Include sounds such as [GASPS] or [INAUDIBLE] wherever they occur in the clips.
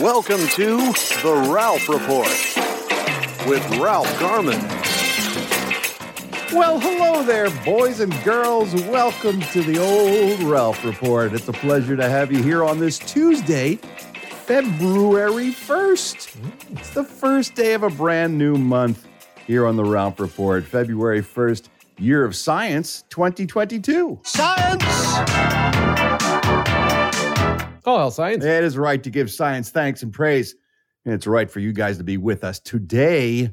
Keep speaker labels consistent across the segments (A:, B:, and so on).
A: Welcome to The Ralph Report with Ralph Garman.
B: Well, hello there, boys and girls. Welcome to the old Ralph Report. It's a pleasure to have you here on this Tuesday, February 1st. It's the first day of a brand new month here on the Ralph Report, February 1st, year of science 2022.
C: Oh, well, science.
B: It is right to give science thanks and praise. And it's right for you guys to be with us today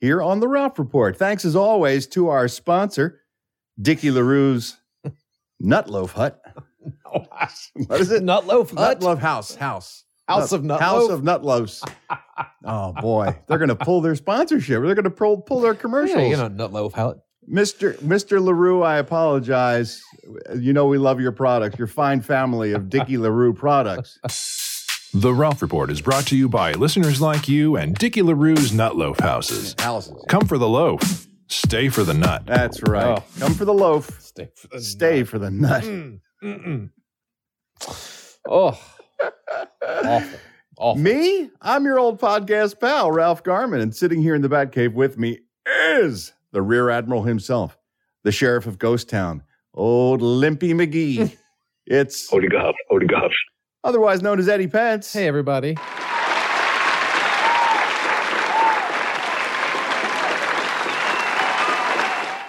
B: here on the Ralph Report. Thanks as always to our sponsor,
C: [LAUGHS]
B: Dickie LaRue's Nutloaf Hut. [LAUGHS] What is it?
C: Nut loaf hut.
B: Nutloaf House. House.
C: House of Nutloaf.
B: House
C: [LAUGHS]
B: of Nutloafs. oh boy. They're gonna pull their sponsorship. They're gonna pull pull their commercials.
C: Yeah, you know, nut loaf hut.
B: Mr. Mr. LaRue, I apologize. You know we love your products, your fine family of Dickie
C: [LAUGHS]
B: LaRue products.
D: The Ralph Report is brought to you by listeners like you and Dickie LaRue's Nut Loaf Houses.
B: Houses.
D: Come for the loaf, stay for the nut.
B: That's right. Come for the loaf.
C: Stay. For Oh. the Mm.
B: Stay for the nut.
C: Mm-mm. Oh, [LAUGHS] awful. Awful.
B: Me? I'm your old podcast pal, Ralph Garman, and sitting here in the Batcave with me is the Rear Admiral himself, the Sheriff of Ghost Town, old Limpy
C: [LAUGHS]
B: McGee. it's
E: Odie Goff, Odie Goff.
B: otherwise known as Eddie Pence.
C: Hey, everybody.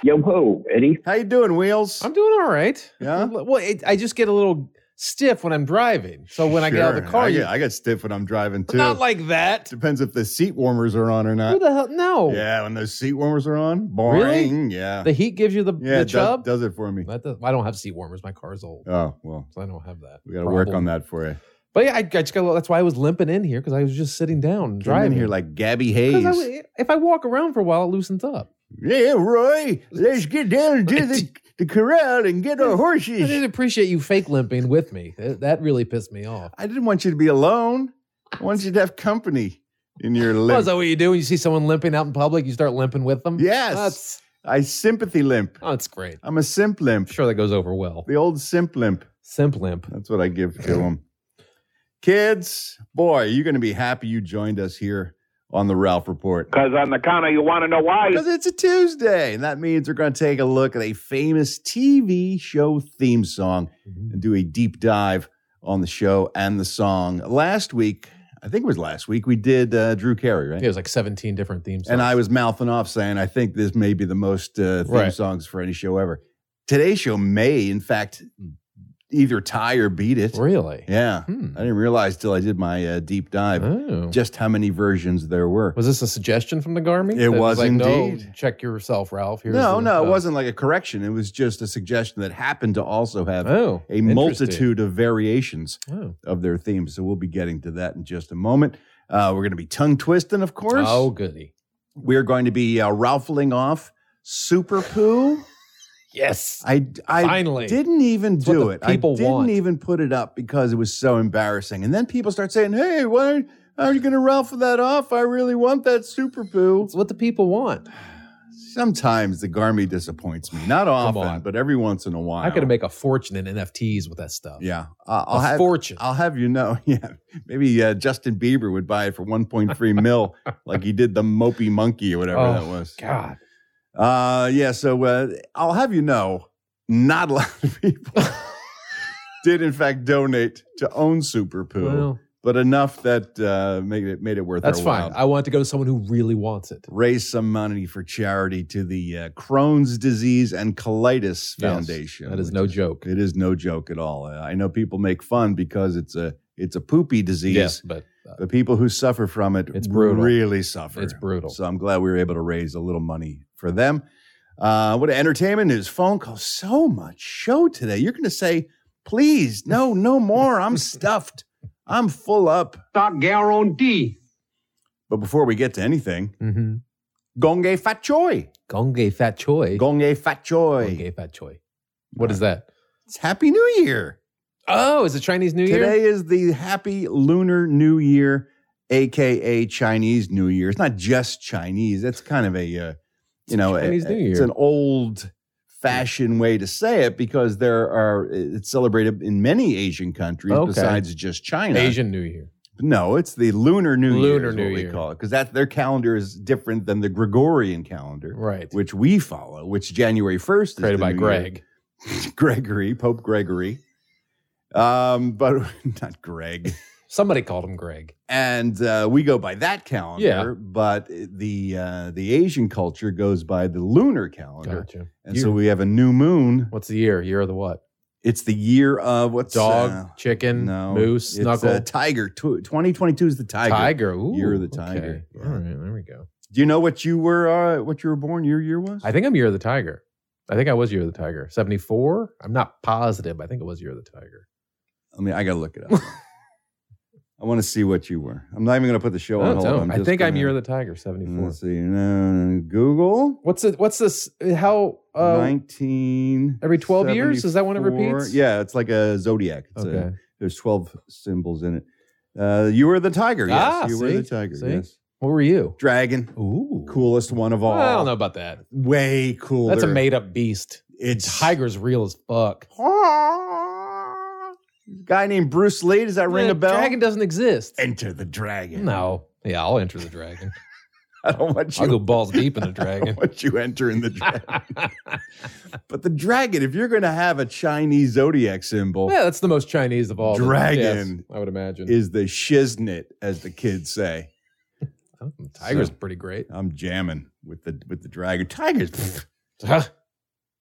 E: Yo ho, Eddie.
B: How you doing, Wheels?
C: I'm doing all right.
B: Yeah?
C: Well, it, I just get a little stiff when I'm driving. So when I get out of the
B: Sure.
C: car,
B: I
C: you,
B: get, I get stiff when I'm driving too.
C: not like that.
B: Depends if the seat warmers are on or
C: Who
B: not.
C: the hell? No.
B: Yeah, when those seat warmers are on,
C: Oh. Really?
B: boring. Yeah,
C: The heat gives you the, the
B: yeah, it does,
C: chub.
B: does it for me.
C: That does- I don't have seat warmers. My car's old,
B: Oh well,
C: so I don't have that.
B: we got to work
C: problem.
B: on that for you.
C: But yeah, I, I just got. A little, that's why I was limping in here because I was just sitting down
B: Driving
C: driving
B: here like Gabby
C: 'Cause
B: Hayes.
C: I w- if I walk around for a while, it loosens up.
B: Yeah, Roy, let's get down to the, the corral and get our
C: [LAUGHS] I didn't
B: horses.
C: appreciate you fake limping with me. That that really pissed me off.
B: I didn't want you to be alone. I wanted you to have company
C: [LAUGHS]
B: in your
C: Oh, is
B: limp.
C: that what you do when you see someone limping out in public? You start limping with them.
B: Yes.
C: that's oh,
B: I sympathy limp.
C: that's great.
B: I'm a simp
C: I'm
B: limp.
C: sure that goes over well.
B: The old simp limp.
C: Simp limp.
B: That's what I give to him. Kids, boy, you're going to be happy you joined us here on the Ralph Report.
E: Because on the counter, you want to know why?
B: Because it's a Tuesday, and that means we're going to take a look at a famous TV show theme song and do a deep dive on the show and the song. Last week, I think it was last week, we did uh, Drew Carey, right?
C: It was like seventeen different themes.
B: And I was mouthing off saying, I think this may be the most uh, theme
C: Right.
B: songs for any show ever. Today's show may, in fact, either tie or beat it.
C: really.
B: Yeah.
C: Hmm.
B: I didn't realize till I did my uh, deep dive
C: Oh.
B: just how many versions there were.
C: Was this a suggestion from the Garmin?
B: It was
C: no,
B: indeed.
C: check yourself, Ralph. Here's
B: no,
C: the-
B: no, it
C: oh.
B: wasn't like a correction. It was just a suggestion that happened to also have
C: Oh,
B: a
C: interesting.
B: multitude of variations
C: Oh.
B: of their themes. So we'll be getting to that in just a moment. Uh, we're going to be tongue twisting, of course.
C: oh, goody.
B: We're going to be uh, raffling off Super Poo.
C: Yes.
B: I, I
C: Finally.
B: didn't even
C: what
B: do
C: the
B: it. I
C: people
B: didn't
C: want.
B: even put it up because it was so embarrassing. And then people start saying, hey, why are, are you going to raffle that off? I really want that Super Poo.
C: It's what the people want.
B: Sometimes the Garmy disappoints me. Not often,
C: on.
B: but every once in a while.
C: I could make a fortune in NFTs with that stuff.
B: Yeah, I-
C: A
B: I'll have.
C: fortune.
B: I'll have you know. [LAUGHS] Yeah, maybe uh, Justin Bieber would buy it for 1.3 mil, like he did the Mopey Monkey or whatever
C: Oh,
B: that was.
C: God.
B: Uh, yeah. So uh, I'll have you know, not a [LAUGHS] lot
C: [LAUGHS]
B: of people did in fact donate to own Super Poo,
C: Well,
B: but enough that uh, made it made it worth.
C: that's
B: our
C: fine.
B: while.
C: I want to go to someone who really wants it.
B: Raise some money for charity to the uh, Crohn's Disease and Colitis
C: Yes,
B: Foundation.
C: That is
B: which
C: no joke.
B: It is no joke at all. Uh, I know people make fun because it's a it's a poopy disease.
C: Yes, but uh,
B: The people who suffer from it
C: It's brutal.
B: really suffer.
C: it's brutal.
B: So I'm glad we were able to raise a little money for them. Uh, what entertainment news? Phone call. So much show today. You're going to say, please,
C: [LAUGHS]
B: no, no more. I'm stuffed. I'm full up.
F: stock guarantee.
B: But before we get to anything,
C: Mm-hmm.
B: gonge fat choy.
C: Gonge fat choy.
B: Gonge fat choy.
C: Gonge fat choy. What is that?
B: It's Happy New Year.
C: Oh, is it Chinese New Year?
B: Today is the Happy Lunar New Year, aka Chinese New Year. It's not just Chinese. That's kind of a, uh, you know, a-
C: Chinese
B: a-
C: New
B: it's
C: Year.
B: an old fashioned way to say it because there are it's celebrated in many Asian countries
C: Okay.
B: besides just China.
C: Asian New Year.
B: No, it's the Lunar New Year.
C: Lunar
B: is
C: New
B: what we
C: Year.
B: call it because that their calendar is different than the Gregorian calendar,
C: Right.
B: which we follow. Which January first is
C: Created
B: the
C: by
B: New Year.
C: Greg.
B: [LAUGHS] Gregory, Pope Gregory. Um, but [LAUGHS] not Greg.
C: Somebody called him Greg.
B: And uh, we go by that calendar,
C: Yeah.
B: but the uh, the Asian culture goes by the lunar calendar,
C: Gotcha.
B: and
C: You-
B: so we have a new moon.
C: what's the year? Year of the what?
B: It's the year of what's
C: Dog,
B: uh,
C: chicken,
B: no,
C: moose,
B: it's,
C: knuckle,
B: uh, tiger. Twenty twenty two is the tiger.
C: tiger. Ooh,
B: Year of the
C: okay.
B: tiger. Yeah.
C: All right, there we go.
B: Do you know what you were? Uh, what you were born? Your year was?
C: I think I'm year of the tiger. I think I was year of the tiger. 74? I'm not positive. but I think it was year of the tiger.
B: I mean, I gotta look it
C: [LAUGHS]
B: up. I want to see what you were. I'm not even gonna put the show
C: I, don't
B: on hold.
C: know.
B: oh, I'm
C: I
B: just
C: think I'm
B: gonna-
C: year of the tiger, 74.
B: Let's see. No, Google.
C: What's it? What's this? How? Uh,
B: 19.
C: every 12 years? Is that when it
B: 74.
C: repeats?
B: Yeah, it's like a zodiac. It's a-
C: Okay.
B: there's 12 symbols in it. Uh, you were the tiger. Yes.
C: Ah,
B: you were
C: see?
B: the tiger.
C: See?
B: Yes.
C: What were you?
B: Dragon.
C: Ooh.
B: Coolest one of all.
C: I don't know about that.
B: Way cooler.
C: That's a made up beast.
B: It's
C: Tiger's real as fuck.
B: Guy named Bruce Lee. Does that ring
C: Yeah,
B: a bell?
C: Dragon doesn't exist.
B: Enter the dragon.
C: No. Yeah, I'll enter the dragon.
B: [LAUGHS] I don't want you.
C: I'll go balls deep in the
B: I don't [LAUGHS]
C: dragon.
B: want you entering the dragon.
C: [LAUGHS]
B: But the dragon, if you're going to have a Chinese zodiac symbol,
C: Yeah, that's the most Chinese of all. the-
B: Dragon.
C: yes, I would imagine.
B: is the shiznit, as the kids say.
C: Oh, Tiger's
B: So-
C: pretty
B: [LAUGHS]
C: great.
B: I'm jamming with the with the dragon. Tigers. pff,
C: yeah,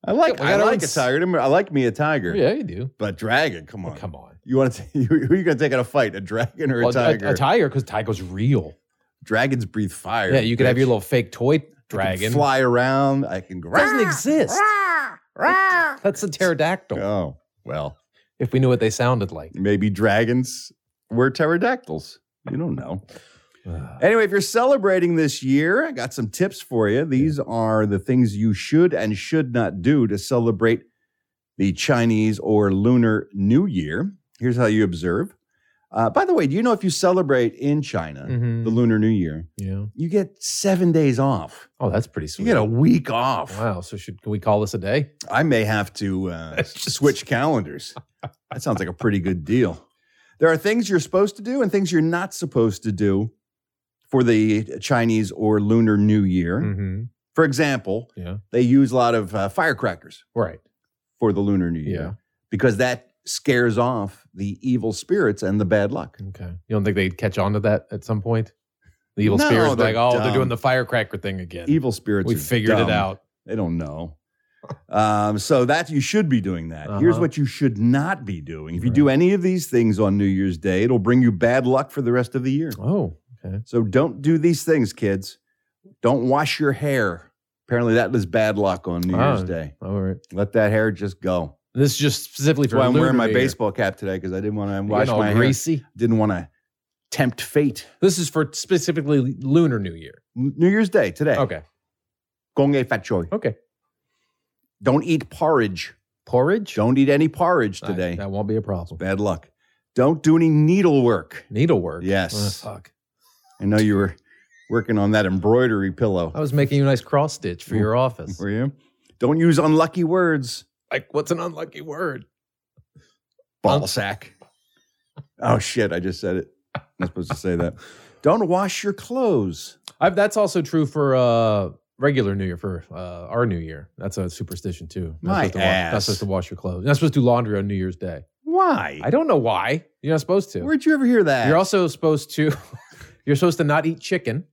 B: I like
C: Yeah, we got
B: I
C: our
B: like
C: own
B: a
C: s-
B: tiger. I like me a tiger.
C: you do.
B: But dragon, come on.
C: Come on.
B: You want to? [LAUGHS] Who are you going to take in a fight? A dragon or a
C: Well,
B: tiger?
C: A, tiger, because tiger's real.
B: Dragons breathe fire.
C: Yeah, you could have
B: bitch.
C: your little fake toy
B: I can
C: dragon.
B: fly around. I can go.
C: It doesn't exist. That's a pterodactyl.
B: Oh well,
C: If we knew what they sounded like.
B: maybe dragons were pterodactyls. You don't know.
C: Ah,
B: Anyway, if you're celebrating this year, I got some tips for you. These are the things you should and should not do to celebrate the Chinese or Lunar New Year. Here's how you observe. Uh, by the way, do you know if you celebrate in China
C: mhm.
B: the Lunar New Year,
C: yeah.
B: you get seven days off?
C: Oh, that's pretty
B: You
C: sweet. Oh,
B: get a week off.
C: wow. So should can we call this a day?
B: I may have to uh, switch calendars. That sounds like a pretty good deal. There are things you're supposed to do and things you're not supposed to do for the Chinese or Lunar New Year.
C: Mm-hmm.
B: For example,
C: Yeah.
B: they use a lot of uh, firecrackers
C: Right.
B: for the Lunar New Year
C: Yeah.
B: because that scares off the evil spirits and the bad luck.
C: Okay. You don't think they'd catch on to that at some point? The evil
B: No,
C: spirits
B: they're
C: like, oh,
B: dumb.
C: they're doing the firecracker thing again.
B: Evil spirits.
C: we
B: are
C: figured
B: dumb.
C: it out.
B: They don't know. Um, so that you should be doing that. Here's
C: Uh-huh.
B: what you should not be doing. If you do any of these things on New Year's Day, it'll bring you bad luck for the rest of the year.
C: Oh, okay.
B: So don't do these things, kids. Don't wash your hair. Apparently, that was bad luck on New
C: Ah.
B: Year's Day.
C: All right.
B: Let that hair just go.
C: This is just specifically
B: That's
C: for
B: why I'm
C: Lunar
B: wearing my
C: New Year.
B: baseball cap today because I didn't want to
C: You're
B: wash
C: getting all
B: my hair.
C: greasy.
B: Didn't want to tempt fate.
C: This is for specifically Lunar New Year.
B: New Year's Day today.
C: Okay.
B: Gong e fat choy.
C: Okay.
B: Don't eat porridge.
C: Porridge
B: Don't eat any porridge
C: I-
B: today.
C: that won't be a problem.
B: Bad luck. Don't do any needlework.
C: Needlework.
B: Yes.
C: Ah, fuck.
B: I know you were working on that embroidery
C: I
B: pillow.
C: was making you a nice cross stitch for your
B: [LAUGHS]
C: office.
B: Were you? Don't use unlucky words.
C: Like, what's an unlucky word?
B: Ball sack. Oh shit! I just said it. I'm not supposed to
C: [LAUGHS]
B: say that. Don't wash your clothes.
C: I've, that's also true for uh, regular New Year, for uh, our New Year. That's a superstition too. You're not
B: My
C: supposed to wa-
B: ass.
C: Not supposed to wash your clothes. You're not supposed to do laundry on New Year's Day.
B: Why?
C: I don't know why. You're not supposed to.
B: Where'd you ever hear that?
C: You're also supposed to. [LAUGHS] You're supposed to not eat chicken.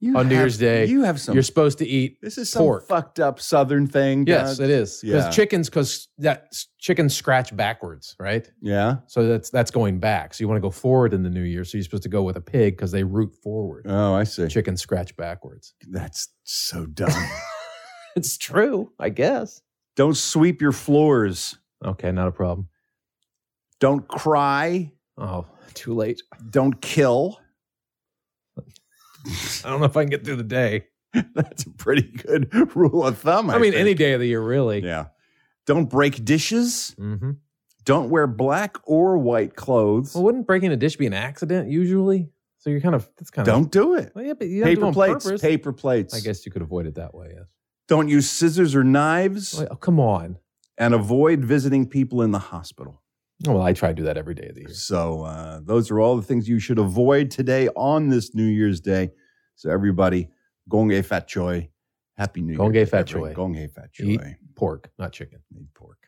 B: You
C: on New
B: have-
C: Year's Day,
B: You have some.
C: You're supposed to eat.
B: this is some
C: pork.
B: fucked up Southern thing.
C: Yes,
B: Doug.
C: it is. Because
B: Yeah.
C: chickens, because that s- chickens scratch backwards, right?
B: Yeah.
C: So that's that's going back. So you want to go forward in the new year. So you're supposed to go with a pig because they root forward.
B: Oh, I see.
C: Chickens scratch backwards.
B: That's so dumb.
C: [LAUGHS]
B: [LAUGHS]
C: It's true, I guess.
B: Don't sweep your floors.
C: Okay, not a problem.
B: Don't cry.
C: [LAUGHS] Oh, too late.
B: Don't kill.
C: I don't know if I can get through the day.
B: [LAUGHS] That's a pretty good [LAUGHS] rule of thumb.
C: I, mean,
B: think.
C: any day of the year, really.
B: Yeah. Don't break dishes.
C: Mm-hmm.
B: Don't wear black or white clothes.
C: Well, wouldn't breaking a dish be an accident usually? So you're kind of that's kind of
B: Don't do it.
C: Well, yeah, but you have to do it
B: Paper
C: on
B: plates.
C: purpose.
B: Paper plates.
C: I guess you could avoid it that way. Yes.
B: Don't use scissors or knives
C: Well, oh, come on.
B: and avoid visiting people in the hospital.
C: Oh, well, I try to do that every day of the year.
B: So, uh, those are all the things you should avoid today on this New Year's Day. So, everybody, Gong Fat Choy. Happy New
C: Gong
B: Year.
C: Hei Fat
B: Choi.
C: Choy.
B: Gong Hei Fat Choy.
C: Eat Pork, not chicken.
B: Need pork.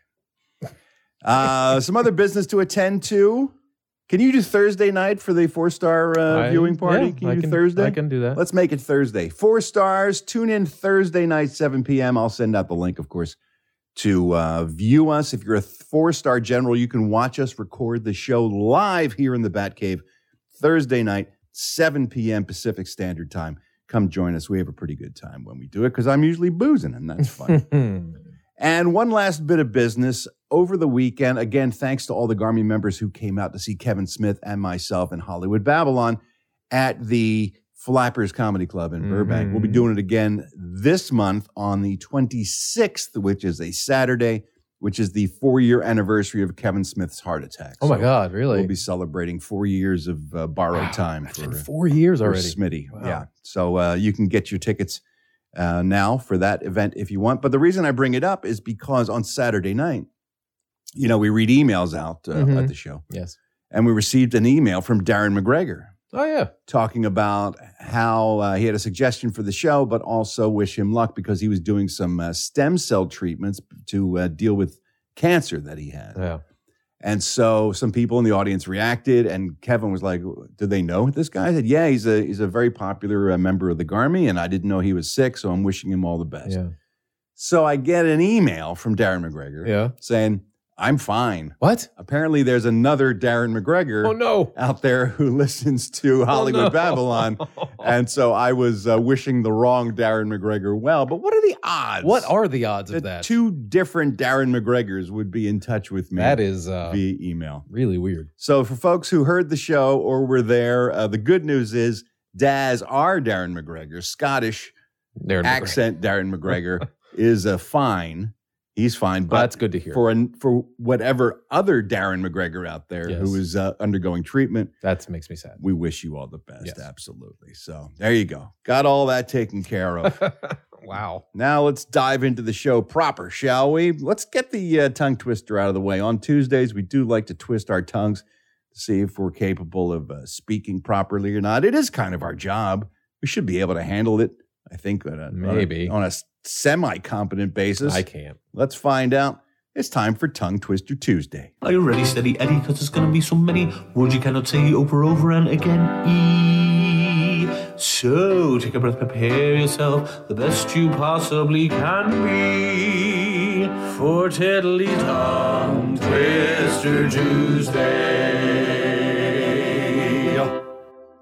B: Uh, some other business to attend to. Can you do Thursday night for the four star uh,
C: I-
B: viewing party?
C: yeah,
B: can you
C: I
B: do Thursday?
C: I can do that.
B: Let's make it Thursday. Four stars. Tune in Thursday night, 7 p.m. I'll send out the link, of course, to uh, view us. If you're a four star general, you can watch us record the show live here in the Batcave Thursday night, 7 p.m. Pacific Standard Time. Come join us. We have a pretty good time when we do it because I'm usually boozing, and that's fun.
C: [LAUGHS]
B: And one last bit of business over the weekend. Again, thanks to all the Garmy members who came out to see Kevin Smith and myself in Hollywood Babylon at the Flappers Comedy Club in Burbank. We'll be
C: Mhm.
B: doing it again this month on the 26th, which is a Saturday, which is the four year anniversary of Kevin Smith's heart attack.
C: oh my
B: So
C: God, really?
B: We'll be celebrating four years of uh, borrowed
C: Wow,
B: time
C: That's been four years
B: for
C: already.
B: Smitty.
C: Wow.
B: Yeah. So uh, you can get your tickets uh, now for that event if you want. But the reason I bring it up is because on Saturday night, you know, we read emails out uh, at
C: Mhm.
B: the show,
C: Yes.
B: and we received an email from Darren McGregor
C: Oh yeah.
B: talking about how uh, he had a suggestion for the show, but also wish him luck because he was doing some uh, stem cell treatments to uh, deal with cancer that he had.
C: Yeah.
B: And so some people in the audience reacted, and Kevin was like, "Do they know this guy?" I said, "Yeah, he's a he's a very popular uh, member of the Garmy, and I didn't know he was sick, so I'm wishing him all the best."
C: Yeah.
B: So I get an email from Darren McGregor
C: Yeah.
B: saying, "I'm fine."
C: What?
B: Apparently, there's another Darren McGregor
C: Oh no.
B: out there who [LAUGHS] listens to Hollywood
C: Oh, no. [LAUGHS]
B: Babylon, and so I was uh, wishing the wrong Darren McGregor well. But what are the odds?
C: what are the odds
B: that
C: of that?
B: two different Darren McGregors would be in touch with me
C: that is uh,
B: via email?
C: really weird.
B: So for folks who heard the show or were there, uh, the good news is Daz, our Darren McGregor, Scottish
C: There it is.
B: accent Darren McGregor, is a fine. He's fine,
C: Well,
B: but
C: that's good to hear.
B: for an, for whatever other Darren McGregor out there who
C: Yes.
B: is uh, undergoing treatment,
C: that makes me
B: [LAUGHS]
C: sad.
B: we wish you all the best.
C: Yes.
B: Absolutely. So there you go. Got all that taken care of.
C: wow.
B: Now let's dive into the show proper, shall we? Let's get the uh, tongue twister out of the way. On Tuesdays, we do like to twist our tongues to see if we're capable of uh, speaking properly or not. It is kind of our job. We should be able to handle it, I think, on a, on a-
C: Maybe.
B: on a, semi competent basis.
C: I can't.
B: let's find out. It's time for Tongue Twister Tuesday.
F: Are you ready, steady Eddie? Cause there's gonna be so many words you cannot say over, over and again. E. So take a breath, prepare yourself the best you possibly can be for Tiddly Tongue Twister Tuesday.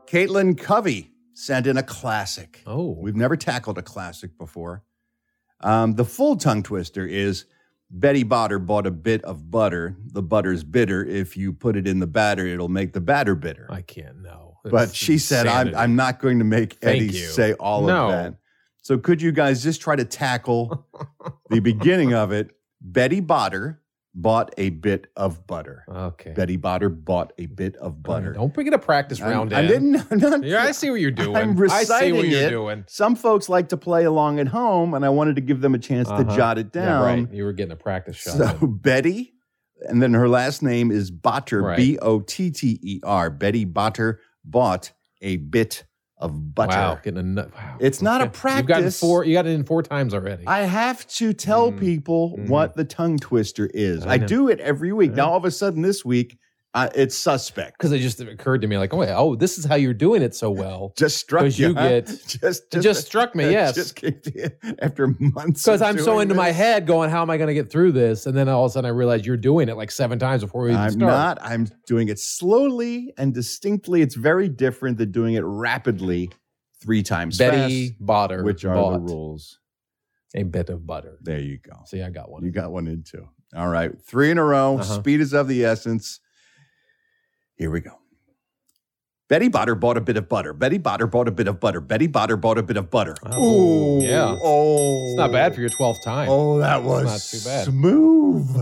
B: Caitlin Covey sent in a classic.
C: Oh.
B: We've never tackled a classic before. Um, the full tongue twister is Betty Botter bought a bit of butter. The butter's bitter. If you put it in the batter, it'll make the batter bitter.
C: I can't. No.
B: but
C: It's
B: she said, I'm,
C: insanity.
B: I'm not going to make
C: Thank
B: Eddie
C: you.
B: say all
C: No.
B: of that. So could you guys just try
C: [LAUGHS]
B: to tackle the beginning of it? Betty Botter bought a bit of butter.
C: Okay.
B: Betty Botter bought a bit of
C: All right,
B: butter.
C: Don't bring it a practice round.
B: I, I
C: in.
B: didn't. [LAUGHS] I'm not-
C: Yeah, I see what you're doing.
B: I'm
C: I see
B: reciting
C: what you're
B: it.
C: doing.
B: Some folks like to play along at home, and I wanted to give them a chance to
C: Uh-huh.
B: jot it
C: Yeah,
B: down.
C: right. You were getting a practice shot.
B: [LAUGHS] So Betty, and then her last name is Botter,
C: Right.
B: B O T T E R. Betty Botter bought a bit of butter.
C: Wow, getting a nut. Wow.
B: It's not a
C: You've gotten
B: practice.
C: four. You got it in four times already.
B: I have to tell
C: Mm,
B: people
C: mhm.
B: what the tongue twister is. I,
C: I know.
B: do it every week.
C: Yeah.
B: Now all of a sudden this week, uh, it's suspect.
C: Because it just occurred to me, like, oh, wait, oh, this is how you're doing it so well.
B: Just struck
C: 'Cause you
B: huh?
C: get-
B: [LAUGHS] just
C: it just struck me, yes.
B: Just came to you after months.
C: Because
B: of
C: I'm so
B: doing
C: into my
B: this.
C: head going, how am I going to get through this? And then all of a sudden I realize you're doing it like seven times before we even
B: I'm
C: start.
B: not. I'm doing it slowly and distinctly. It's very different than doing it rapidly three times
C: Betty Botter,
B: fast, which are
C: bought
B: the rules.
C: a bit of butter.
B: There you go.
C: See, I got one.
B: You got one in two. All right. Three in a row.
C: Uh-huh.
B: Speed is of the essence. Here we go. Betty Botter bought a bit of butter. Betty Botter bought a bit of butter. Betty Botter bought a bit of butter.
C: Oh, yeah.
B: Oh.
C: It's not bad for your 12th time.
B: Oh, that was
C: not too bad. [LAUGHS]
B: smooth.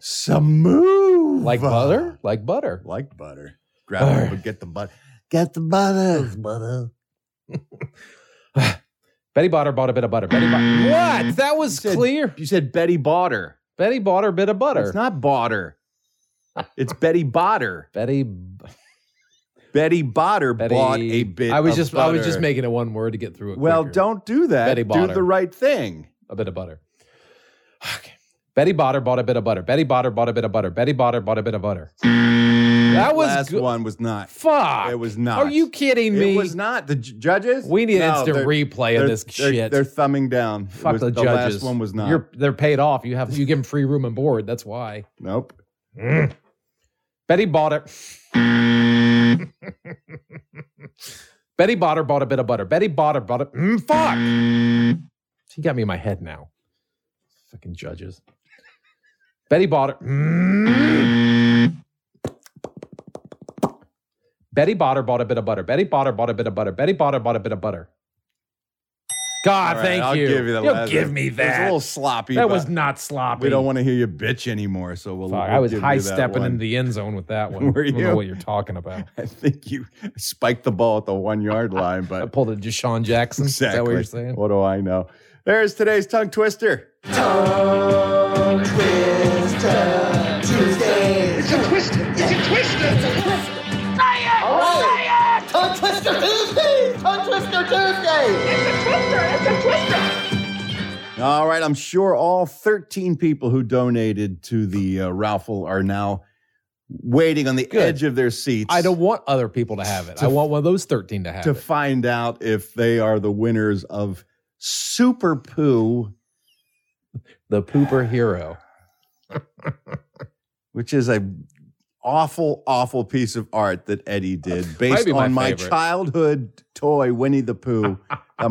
B: smooth.
C: Like butter? Like butter.
B: Like butter. Grab it,
C: Butter.
B: but get the butter. Get the butter.
C: Betty Botter bought a bit of butter. Betty Bo- what? That was
B: said-
C: clear.
B: Mm. You said Betty Botter.
C: Betty bought her bit of butter.
B: It's not Botter. It's Betty Botter.
C: Betty.
B: Betty Botter
C: Betty.
B: bought a bit.
C: I was
B: of
C: just. I was just
B: butter.
C: making it one word to get through it.
B: Well,
C: quicker.
B: don't do that.
C: Betty
B: do
C: Botter.
B: the right thing.
C: a bit of butter. Okay. Betty Botter bought a bit of butter. Betty Botter bought a bit of butter. Betty Botter bought a bit of butter. That was
B: Last
C: good.
B: one was not.
C: Fuck.
B: It was not.
C: Are you kidding me?
B: It was not. The j- judges.
C: we need
B: No,
C: instant
B: they're-
C: replay of this
B: they're,
C: shit.
B: They're thumbing down. It
C: Fuck
B: was-
C: the,
B: the
C: judges.
B: last one was not.
C: You're, they're paid off. You have you give them free room and board. That's why.
B: nope.
C: Betty Botter.
B: [LAUGHS]
C: Betty Botter bought a bit of butter. Betty Botter bought a Mm, fuck. She got me in my head now. Fucking judges. Betty Botter. Mm. Betty Botter bought a bit of butter. Betty Botter bought a bit of butter. Betty Botter bought a bit of butter. God,
B: All right,
C: thank
B: I'll
C: you.
B: give you the
C: You'll
B: last
C: give
B: one.
C: me
B: It was a
C: that.
B: little sloppy.
C: that
B: but
C: was not sloppy.
B: We don't want to hear you bitch anymore. So we'll.
C: Fuck,
B: we'll
C: I was
B: give you that
C: high stepping
B: one.
C: in the end zone with
B: [LAUGHS]
C: that one.
B: Were
C: I don't know
B: you?
C: what you're talking about.
B: I think you spiked the ball at the one
C: [LAUGHS]
B: yard line,
C: I
B: but
C: pulled a Deshaun Jackson. Is that what you're saying?
B: What do I know? There's today's tongue twister.
G: Tongue Twister Tuesday! Tongue Twister Tuesday!
B: All right, I'm sure all 13 people who donated to the uh, Raffle are now waiting on the
C: Good.
B: edge of their seats.
C: I don't want other people to have it. I want one of those 13 to have
B: to
C: it.
B: find out if they are the winners of Super Poo,
C: the pooper hero.
B: which is a awful, awful piece of art that Eddie did based
C: Might be my
B: on my
C: favorite.
B: childhood toy Winnie the Pooh that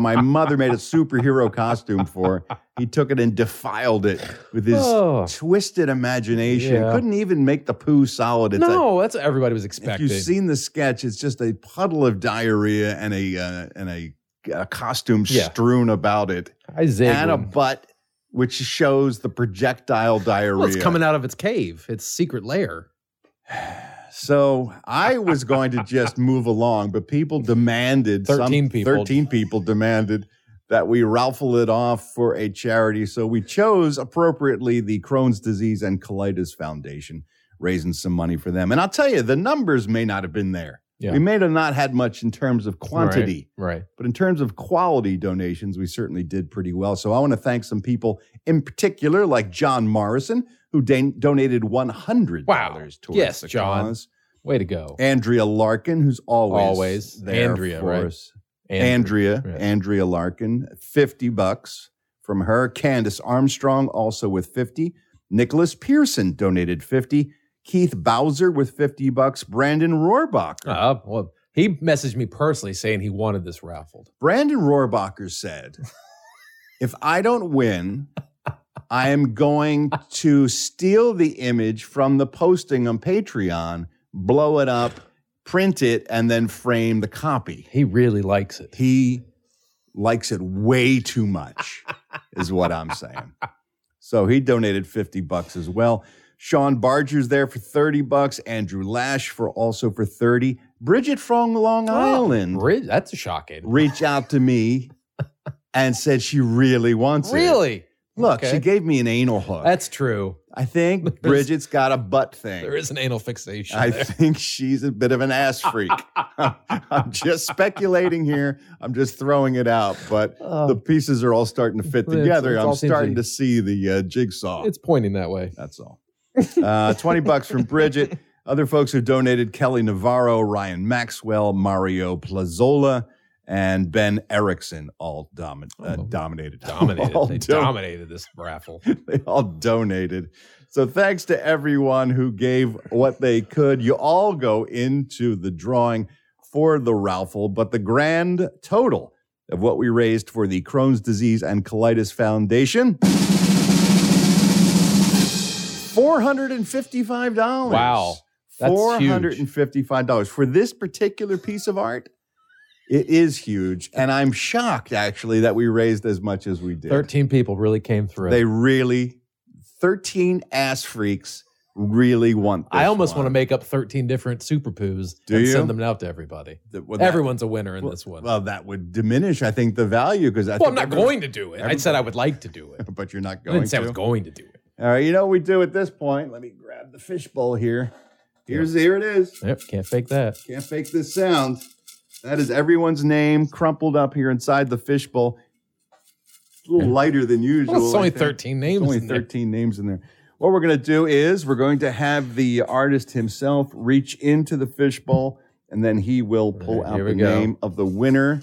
C: [LAUGHS]
B: my mother made a superhero costume for. He took it and defiled it with his
C: Oh.
B: twisted imagination.
C: Yeah.
B: Couldn't even make the poo solid. It's a-
C: no, that's what everybody was
B: If
C: expecting.
B: you've seen the sketch, it's just a puddle of diarrhea and a uh, and a, a costume
C: Yeah.
B: strewn about it,
C: I zig.
B: and a
C: when-
B: butt which shows the projectile diarrhea.
C: well, it's coming out of its cave, its secret lair.
B: So I was going to just move along, but people demanded some-
C: 13 people.
B: Thirteen people demanded that we raffle it off for a charity. So we chose appropriately the Crohn's Disease and Colitis Foundation, raising some money for them. And I'll tell you, the numbers may not have been there.
C: Yeah.
B: We may have not had much in terms of quantity.
C: Right.
B: But in terms of quality donations, we certainly did pretty well. So I want to thank some people in particular, like John Morrison, who dan- donated $100 towards
C: Yes,
B: the
C: John.
B: cause.
C: Way to go.
B: Andrea Larkin, who's always,
C: Always.
B: there
C: Andrea,
B: for
C: right?
B: us. Andrea,
C: yeah.
B: Andrea Larkin, 50 bucks from her. Candace Armstrong also with 50. Nicholas Pearson donated 50. Keith Bowser with 50 bucks. Brandon Rohrbacher.
C: Uh, well, he messaged me personally saying he wanted this raffled.
B: Brandon
C: [LAUGHS]
B: Rohrbacher said, if I don't win, I am going to steal the image from the posting on Patreon, blow it up, print it, and then frame the copy.
C: He really likes it.
B: He likes it way too much, is what I'm saying. So he donated 50 bucks as well. Sean Barger's there for 30 bucks. Andrew Lash for also for 30. Bridget from Long
C: Oh,
B: Island
C: Re- That's shocking.
B: reached out to me and said she really wants it.
C: Really?
B: Look,
C: Okay.
B: she gave me an anal hook.
C: That's true.
B: I
C: [LAUGHS]
B: think Bridget's got a butt thing.
C: There is an anal fixation.
B: I
C: there.
B: think she's a bit of an
C: [LAUGHS]
B: ass freak. [LAUGHS] I'm just speculating here. I'm just throwing it out, but the pieces are all starting to fit
C: Oh. It's-
B: together.
C: it's all
B: I'm
C: seems
B: starting
C: to-
B: to see the uh, jigsaw.
C: [LAUGHS] It's pointing that way.
B: That's all. Uh, 20 bucks from
C: [LAUGHS]
B: Bridget. Other folks who donated Kelly Navarro, Ryan Maxwell, Mario Plazola, and Ben Erickson all domi- uh,
C: Oh.
B: dominated.
C: Dominated.
B: [LAUGHS] All
C: they
B: do-
C: dominated this
B: [LAUGHS]
C: raffle.
B: they all donated. So thanks to everyone who gave what they could. You all go into the drawing for the raffle, but the grand total of what we raised for the Crohn's Disease and Colitis Foundation. $455.
C: Wow. That's
B: Four hundred
C: huge.
B: and fifty-five dollars for this particular piece of art. It is huge, and I'm shocked actually that we raised as much as we did.
C: Thirteen people really came through.
B: They really, thirteen ass freaks really want. This
C: I almost
B: one.
C: want to make up thirteen different super poos
B: Do
C: and
B: you?
C: send them out to everybody.
B: Th- well, that-
C: Everyone's a winner in
B: well,
C: this one. Well,
B: Well, that would diminish, I think, the value because
C: I'm not going to do it. I said I would like to do
B: [LAUGHS]
C: it.
B: But you're not
C: I
B: going
C: didn't say I
B: to.
C: was going to do it.
B: All right, you know what we do at this point. Let me grab the fishbowl here. Here's here it is.
C: Yep, can't fake that.
B: Can't fake this sound. That is everyone's name crumpled up here inside the fishbowl. It's a little lighter than usual.
C: Well, it's
B: I
C: only
B: think.
C: thirteen names.
B: There's only
C: in there.
B: 13 names in there. What we're going to do is we're going to have the artist himself reach into the fishbowl and then he will pull
C: right,
B: out
C: here we
B: the
C: go.
B: name of the winner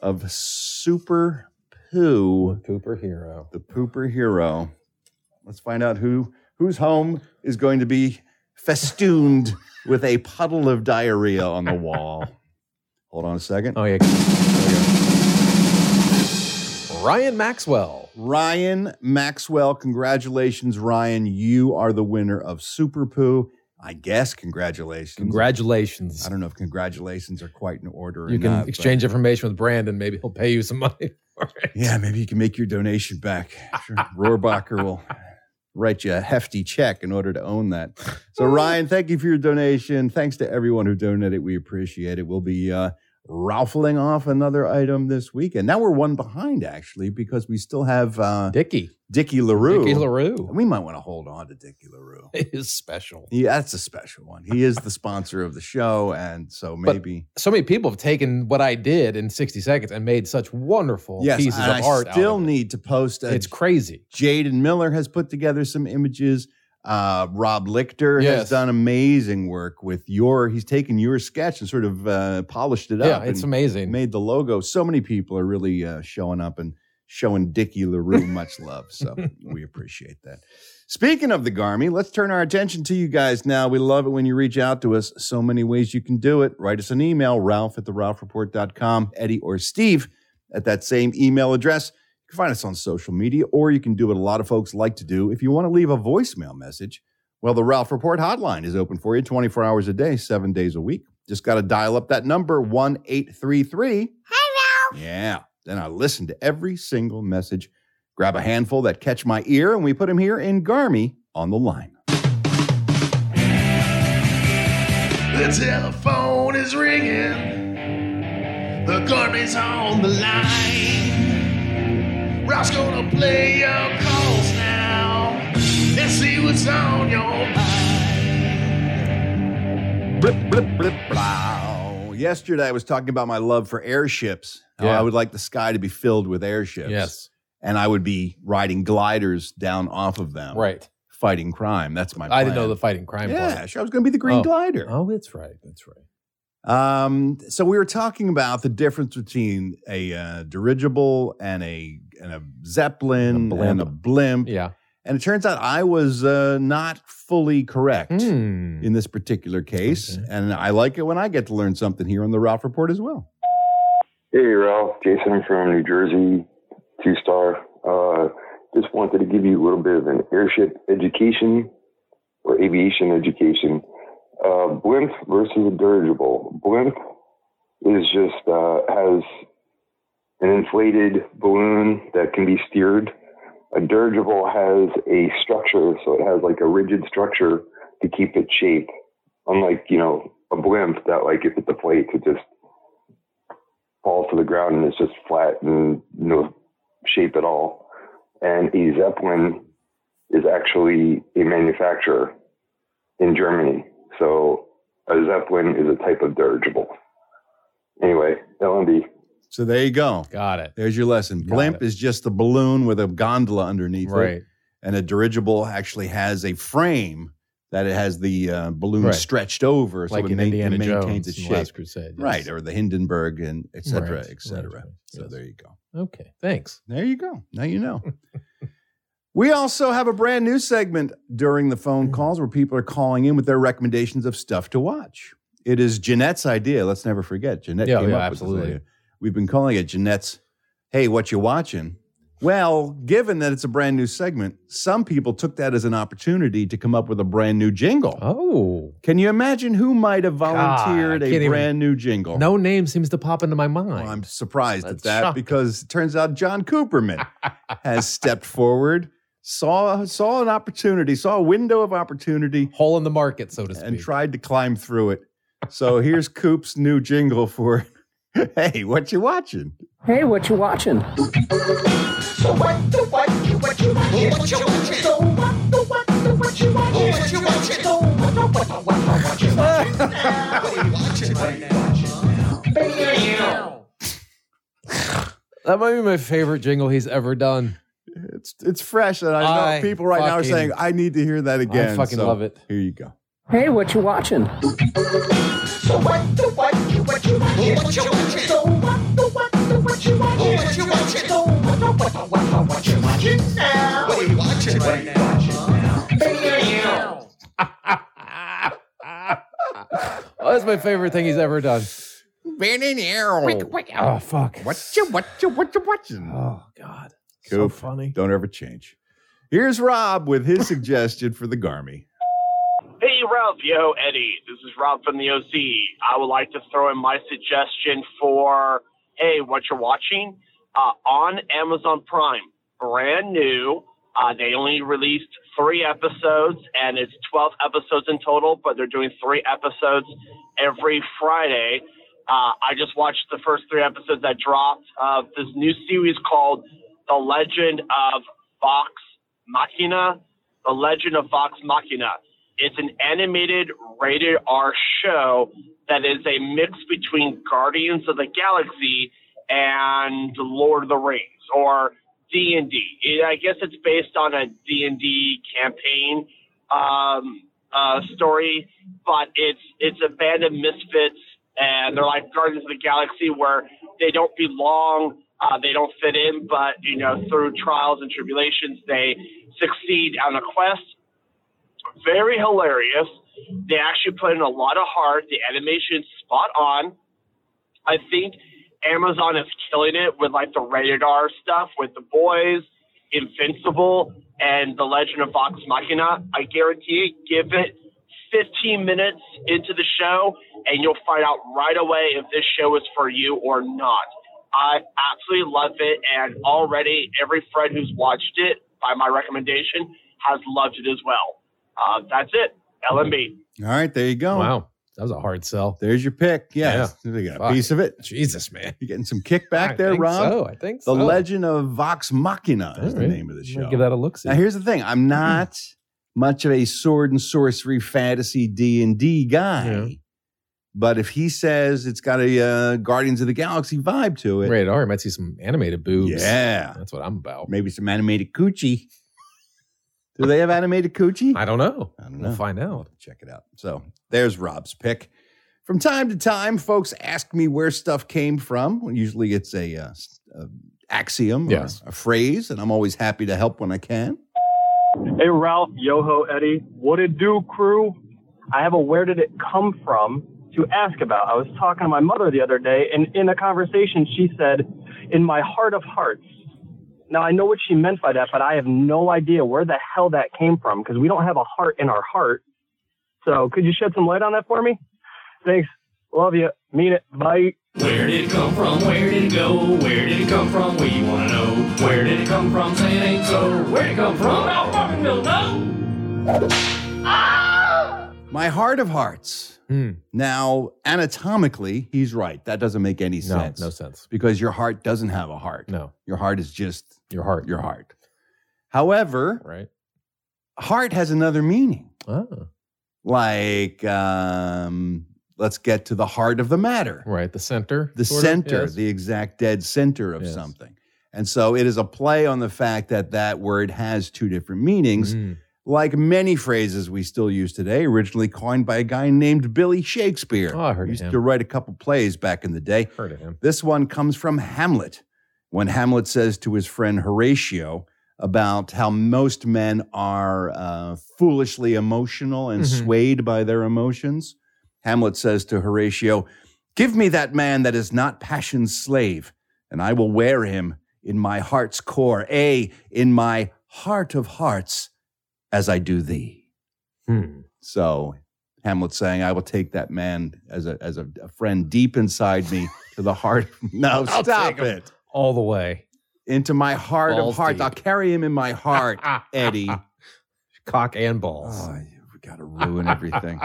B: of Super Poo,
C: Pooper hero.
B: the pooper hero. Let's find out who whose home is going to be festooned with a puddle of diarrhea on
C: [LAUGHS]
B: the wall. Hold on a second.
C: Oh yeah. There we go. Ryan Maxwell.
B: Ryan Maxwell, congratulations, Ryan. You are the winner of Super Poo. I guess congratulations.
C: Congratulations.
B: I don't know if congratulations are quite in order. Or
C: You can
B: not, but-
C: exchange information with Brandon. Maybe he'll pay you some money. [LAUGHS] for it.
B: Yeah, maybe you can make your donation back. Sure. Rohrbacher will write you a hefty check in order to own that. So, Ryan, thank you for your donation. Thanks to everyone who donated. We appreciate it. We'll be uh, raffling off another item this weekend. Now we're one behind, actually, because we still have uh,
C: Dickie.
B: Dickie LaRue.
C: Dickie LaRue [LAUGHS]
B: We might want to hold on to Dickie LaRue.
C: is special.
B: Yeah, that's a special one. He is the sponsor of the show, and so
C: But
B: maybe
C: So many people have taken what I did in 60 seconds and made such wonderful pieces
B: and
C: of
B: I
C: art. out
B: Still
C: of it.
B: need to post. A,
C: It's crazy.
B: Jaden Miller has put together some images. Uh, Rob Lichter
C: Yes.
B: has done amazing work with your. He's taken your sketch and sort of uh, polished it
C: Yeah,
B: up.
C: it's
B: and
C: amazing.
B: Made the logo. So many people are really uh, showing up and showing Dickie LaRue much love. So we appreciate that. Speaking of the Garmy, let's turn our attention to you guys now. We love it when you reach out to us. So many ways you can do it. Write us an email, ralph at theralphreport.com, Eddie or Steve at that same email address. You can find us on social media, or you can do what a lot of folks like to do. If you want to leave a voicemail message, well, the Ralph Report hotline is open for you 24 hours a day, seven days a week. Just got to dial up that number, 1 833. Ralph. Yeah. Then I listen to every single message, grab a handful that catch my ear, and we put them here in Garmy on the line.
H: The telephone is ringing. The garbage on the line. Ralph's gonna play your calls now. Let's see what's on your mind.
B: Blip, blip, blip, blow. Yesterday, I was talking about my love for airships. How
C: Yeah.
B: I would like the sky to be filled with airships.
C: Yes.
B: and I would be riding gliders down off of them,
C: Right.
B: Fighting crime. That's my. Plan.
C: I didn't know the fighting crime
B: Yeah,
C: part.
B: sure. I was going to be the green
C: Oh.
B: glider.
C: Oh, that's right. That's right.
B: Um, so we were talking about the difference between a uh, dirigible and a and a zeppelin
C: A blimp.
B: and a blimp,
C: Yeah.
B: and it turns out I was uh, not fully correct.
C: Hmm.
B: In this particular case,
C: Okay.
B: and I like it when I get to learn something here on the Ralph Report as well.
I: Hey, Ralph. Jason from New Jersey, two star. Uh, just wanted to give you a little bit of an airship education or aviation education. Uh, blimp versus a dirigible. Blimp is just uh, has an inflated balloon that can be steered. A dirigible has a structure, so it has like a rigid structure to keep its shape. Unlike you know a blimp that like if it deflates, it just falls to the ground and it's just flat and no shape at all. And a Zeppelin is actually a manufacturer in Germany. So a Zeppelin is a type of dirigible. Anyway, LMB.
B: So there you go.
C: Got it.
B: There's your lesson.
C: Got
B: Blimp
C: it.
B: is just a balloon with a gondola underneath it.
C: Right.
B: and a dirigible actually has a frame that it has the uh, balloon
C: Right.
B: stretched over,
C: Like
B: it
C: in
B: main- it
C: Indiana
B: maintains
C: Jones
B: its
C: and
B: shape,
C: Last Crusade.
B: right? Or the Hindenburg and et cetera,
C: Right,
B: et cetera.
C: right, right.
B: So
C: Yes.
B: there you go.
C: Okay. Thanks.
B: There you go. Now you
C: [LAUGHS]
B: know. we also have a brand new segment during the
C: Mm-hmm.
B: phone calls where people are calling in with their recommendations of stuff to watch. It is Jeanette's idea. Let's never forget Jeanette.
C: Yeah,
B: came
C: yeah,
B: up with this
C: absolutely.
B: idea. We've been calling it Jeanette's. Hey, what you watching?
J: Well, given that it's a brand new segment, some people took that as an opportunity to come up with a brand new jingle.
C: Oh.
J: Can you imagine who might have volunteered
C: God, I can't
J: a
C: even-
J: brand new jingle?
C: No name seems to pop into my mind.
J: Well, I'm surprised at
C: That's
J: that
C: shocking.
J: because it turns out John Cooperman
C: [LAUGHS]
J: has stepped forward, saw saw an opportunity, saw a window of opportunity,
C: Hole in the market, so to speak.
J: and tried to climb through it. So
C: [LAUGHS]
J: here's Coop's new jingle for [LAUGHS] Hey, what you watching?
K: Hey, what you watching?
G: So what the what you what you watching? What you watching? So what the what the what you watching? What you watching? So what the what the what the what you watching? What you watching right now?
C: that might be my favorite jingle he's ever done.
J: It's it's fresh, and I know
C: I
J: people right now are
C: fucking-
J: saying I need to hear that again.
C: fucking
J: So
C: love it.
J: Here you go.
K: Hey, what you watching?
G: [LAUGHS] So what the what you what you watching? What you watching? So what the what the what you watching? What you watching? So what the what the what the what you watching now? What you watching right now?
C: Oh, that's my favorite thing he's ever done. Oh fuck.
J: What you what you what you watching?
C: Oh god.
J: Coop.
C: So funny.
J: Don't ever change. Here's Rob with
B: [LAUGHS]
J: his suggestion for the Garmy.
L: Hey, Ralph. Yo, Eddie. This is Rob from the OC. I would like to throw in my suggestion for, hey, what you're watching uh, on Amazon Prime. Brand new. Uh, they only released three episodes, and it's 12 episodes in total, but they're doing three episodes every Friday. Uh, I just watched the first three episodes that dropped of this new series called The Legend of Vox Machina. The Legend of Vox Machina. It's an animated rated R show that is a mix between Guardians of the Galaxy and Lord of the Rings or D and D. I guess it's based on a D and D campaign um, uh, story, but it's it's a band of misfits and they're like Guardians of the Galaxy where they don't belong, uh, they don't fit in, but you know through trials and tribulations they succeed on a quest very hilarious. They actually put in a lot of heart. The animation's spot on. I think Amazon is killing it with like the rated R stuff with the boys, Invincible, and The Legend of Vox Machina. I guarantee it. Give it 15 minutes into the show, and you'll find out right away if this show is for you or not. I absolutely love it, and already every friend who's watched it by my recommendation has loved it as well. Uh, that's it. LMB.
J: All right, there you go.
C: Wow. That was a hard sell.
J: There's your pick. Yes. We got a
C: Fuck.
J: piece of it.
C: Jesus, man.
J: You're getting some
C: I
J: kickback there,
C: think
J: Rob.
C: So. I think
J: The
C: so.
J: Legend of Vox Machina is
C: All
J: the
C: right.
J: name of the
C: Might
J: show.
C: Give that a look.
J: now, here's the thing.
C: Mm-hmm.
J: I'm not much of a sword and sorcery fantasy D and D guy,
C: Yeah.
J: but if he says it's got a uh, Guardians of the Galaxy vibe to it,
C: Rated R. You might see some animated boobs.
J: yeah,
C: That's what I'm about.
J: maybe some animated coochie. Do they have animated coochie?
C: I don't know.
J: I don't
C: We'll find out.
J: check it out. So there's Rob's pick. From time to time, folks ask me where stuff came from. Well, Usually it's a, uh, s- a axiom
C: Yes.
J: or a phrase, and I'm always happy to help when I can.
M: Hey Ralph, Yoho Eddie, what it do, crew? I have a where did it come from to ask about. I was talking to my mother the other day, and in a conversation, she said, "In my heart of hearts." Now I know what she meant by that, but I have no idea where the hell that came from because we don't have a heart in our heart. So could you shed some light on that for me? Thanks. Love you. Mean it. Bye.
N: Where did it come from? Where did it go? Where did it come from? We want to know. Where did it come from? Say it ain't so. Where did it come from? Out fucking don't know.
J: My heart of hearts.
C: Hmm.
J: Now, anatomically, he's right. That doesn't make any
C: No,
J: sense
C: no sense.
J: because your heart doesn't have a heart.
C: No.
J: Your heart is just
C: Your heart.
J: your heart. However,
C: Right.
J: heart has another meaning.
C: Oh.
J: Like, um, let's get to the heart of the matter.
C: Right. The center.
J: the
C: sort of,
J: center,
C: yes.
J: the exact dead center of
C: Yes.
J: something. And so it is a play on the fact that that word has two different meanings,
C: Mm.
J: like many phrases we still use today, originally coined by a guy named Billy Shakespeare.
C: Oh, I heard of
J: used
C: him.
J: to write a couple plays back in the day.
C: Heard of him.
J: This one comes from Hamlet, when Hamlet says to his friend Horatio about how most men are uh, foolishly emotional and
C: Mhm.
J: swayed by their emotions. Hamlet says to Horatio, Give me that man that is not passion's slave, and I will wear him in my heart's core, a in my heart of hearts, as I do thee.
C: Hmm.
J: So Hamlet saying, I will take that man as a as a, a friend deep inside me to the heart.
C: [LAUGHS]
J: No,
C: I'll
J: stop
C: take him.
J: it.
C: all the way.
J: Into my heart of
C: Balls
J: hearts.
C: deep. Oh,
J: I'll carry him in my
C: [LAUGHS]
J: heart, Eddie.
C: Cock and balls.
J: Oh, we gotta ruin everything.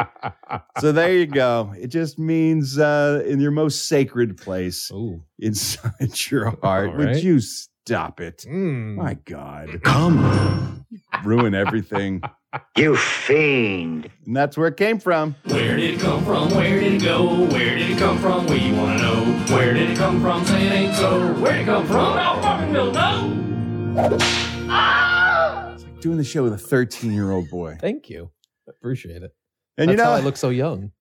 J: so there you go. It just means uh, in your most sacred place,
C: Ooh.
J: inside [LAUGHS] your heart.
C: All
J: Would
C: right.
J: you stop it?
C: Mm.
J: My God. Come. Ruin everything. You fiend. And that's where it came from.
O: Where did it come from? Where did it go? Where did it come from? We want to know. Where did it come from? Say it ain't so. Where did it come from? Out fucking will know.
J: Doing the show with a 13 year old boy.
C: Thank you. Appreciate it.
J: And
C: That's
J: you know,
C: how I look
J: [LAUGHS]
C: so young.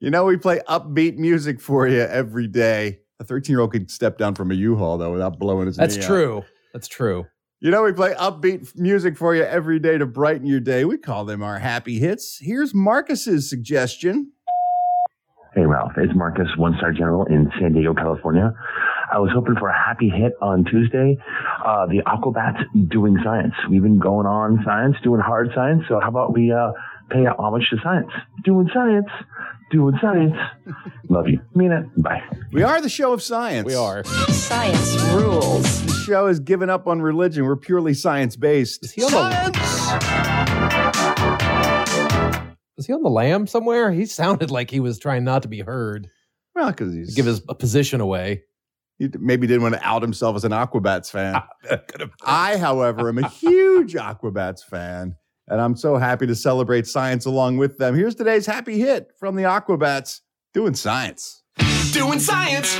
J: You know, we play upbeat music for you every day. A 13 year old could step down from a U Haul, though, without blowing his
C: That's
J: knee out.
C: true. That's true.
J: You know, we play upbeat music for you every day to brighten your day. We call them our happy hits. Here's Marcus's suggestion.
B: Hey, Ralph. It's Marcus, one star general in San Diego, California. I was hoping for a happy hit on Tuesday. Uh, the Aquabats doing science. We've been going on science, doing hard science. So how about we uh, pay homage to science? Doing science, doing
C: [LAUGHS]
B: science. Love you. Mean it. Bye.
J: We are the show of science. We are.
P: Science rules.
J: The show has given up on religion. We're purely science based.
C: Was he on the lamb somewhere? He sounded like he was trying not to be heard.
J: Well, because he's
C: give his position away.
J: He maybe didn't want to out himself as an Aquabats fan. [LAUGHS] I, however, am a huge Aquabats fan, and I'm so happy to celebrate science along with them. Here's today's happy hit from the Aquabats doing science.
G: Doing science,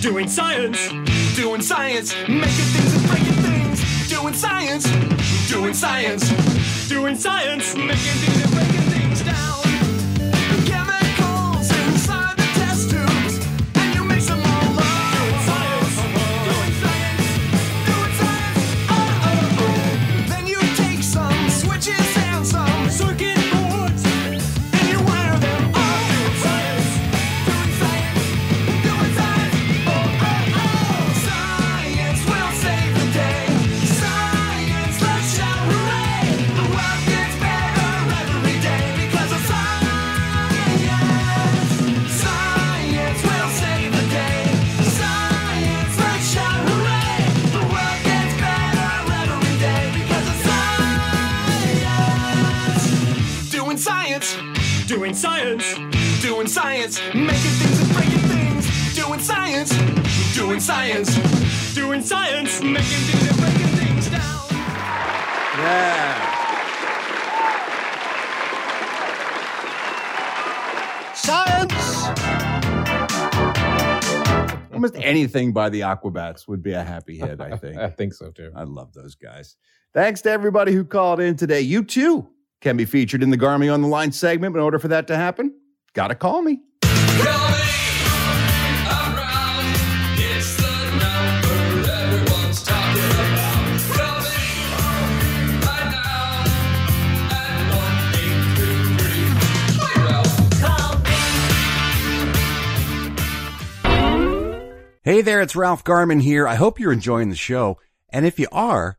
G: doing science, doing science, making things and breaking things. Doing science, doing science, doing science, making things and breaking things down. Chemicals inside the test tubes, and you mix them all up. Doing science, doing science, doing science. Oh, oh, oh. Then you take some switches and some circuit boards, and you wire them up. Doing science. Doing Science, doing science, doing science, making things and breaking things, doing science, doing science, doing science, making things and breaking things down.
J: Yeah.
G: Science!
J: Almost anything by the Aquabats would be a happy hit, I
C: [LAUGHS]
J: think.
C: I think so too.
J: I love those guys. Thanks to everybody who called in today. You too can be featured in the Garmy on the Line segment. In order for that to happen, gotta call me.
G: It's the number everyone's talking about. Call me right now at 1-833. Hey, Ralph.
Q: Hey there, it's Ralph Garman here. I hope you're enjoying the show. And if you are,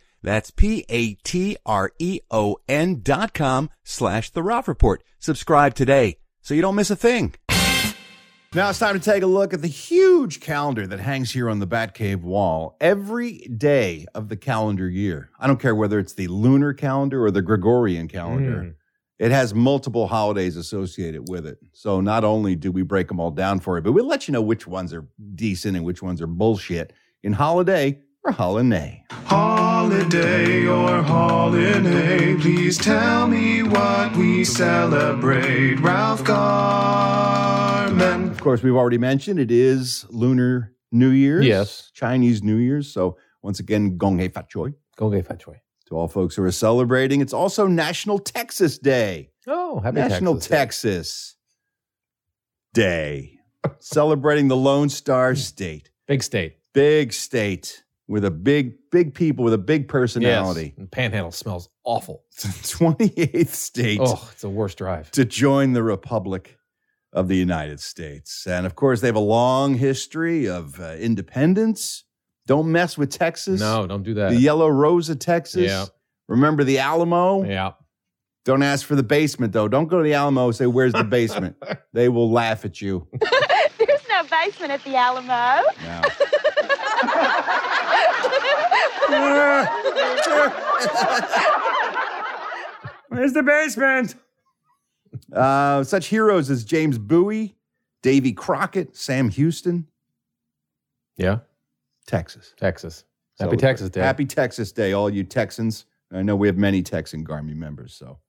Q: That's P-A-T-R-E-O-N E dot com slash The Ralph Report. Subscribe today so you don't miss a thing.
J: Now it's time to take a look at the huge calendar that hangs here on the Batcave wall every day of the calendar year. I don't care whether it's the lunar calendar or the Gregorian calendar.
C: Mm.
J: It has multiple holidays associated with it. So not only do we break them all down for you, but we let you know which ones are decent and which ones are bullshit in holiday or holiday.
R: Holiday or holiday, please tell me what we celebrate. Ralph Garman.
J: Of course, we've already mentioned it is Lunar New Year's.
C: Yes.
J: Chinese New Year's. So once again, Gong Hei Fat Choy.
C: Gong Hei Fat Choy.
B: to all folks who are celebrating. It's also National Texas Day.
C: Oh, happy
B: National
C: Texas.
B: Texas Day. Celebrating the Lone Star State.
C: Big state.
B: Big state with a big, big people with a big [LAUGHS] personality.
C: Yes. Panhandle smells awful.
B: 28th state
C: Oh, it's the worst drive.
B: to join the Republic of the United States. And of course, they have a long history of uh, independence. Don't mess with Texas.
C: No, don't do that.
B: The Yellow Rose of Texas.
C: Yeah.
B: Remember the Alamo?
C: Yeah.
B: Don't ask for the basement, though. Don't go to the Alamo and say, Where's the basement? they will laugh at you.
S: There's no basement at the Alamo.
B: No. [LAUGHS] Where's the basement? Uh, such heroes as James Bowie, Davy Crockett, Sam Houston,
C: Yeah.
B: Texas.
C: Texas. Happy
B: Celebrate.
C: Texas Day.
B: Happy Texas Day, all you Texans. I know we have many Texan Garmy members, so.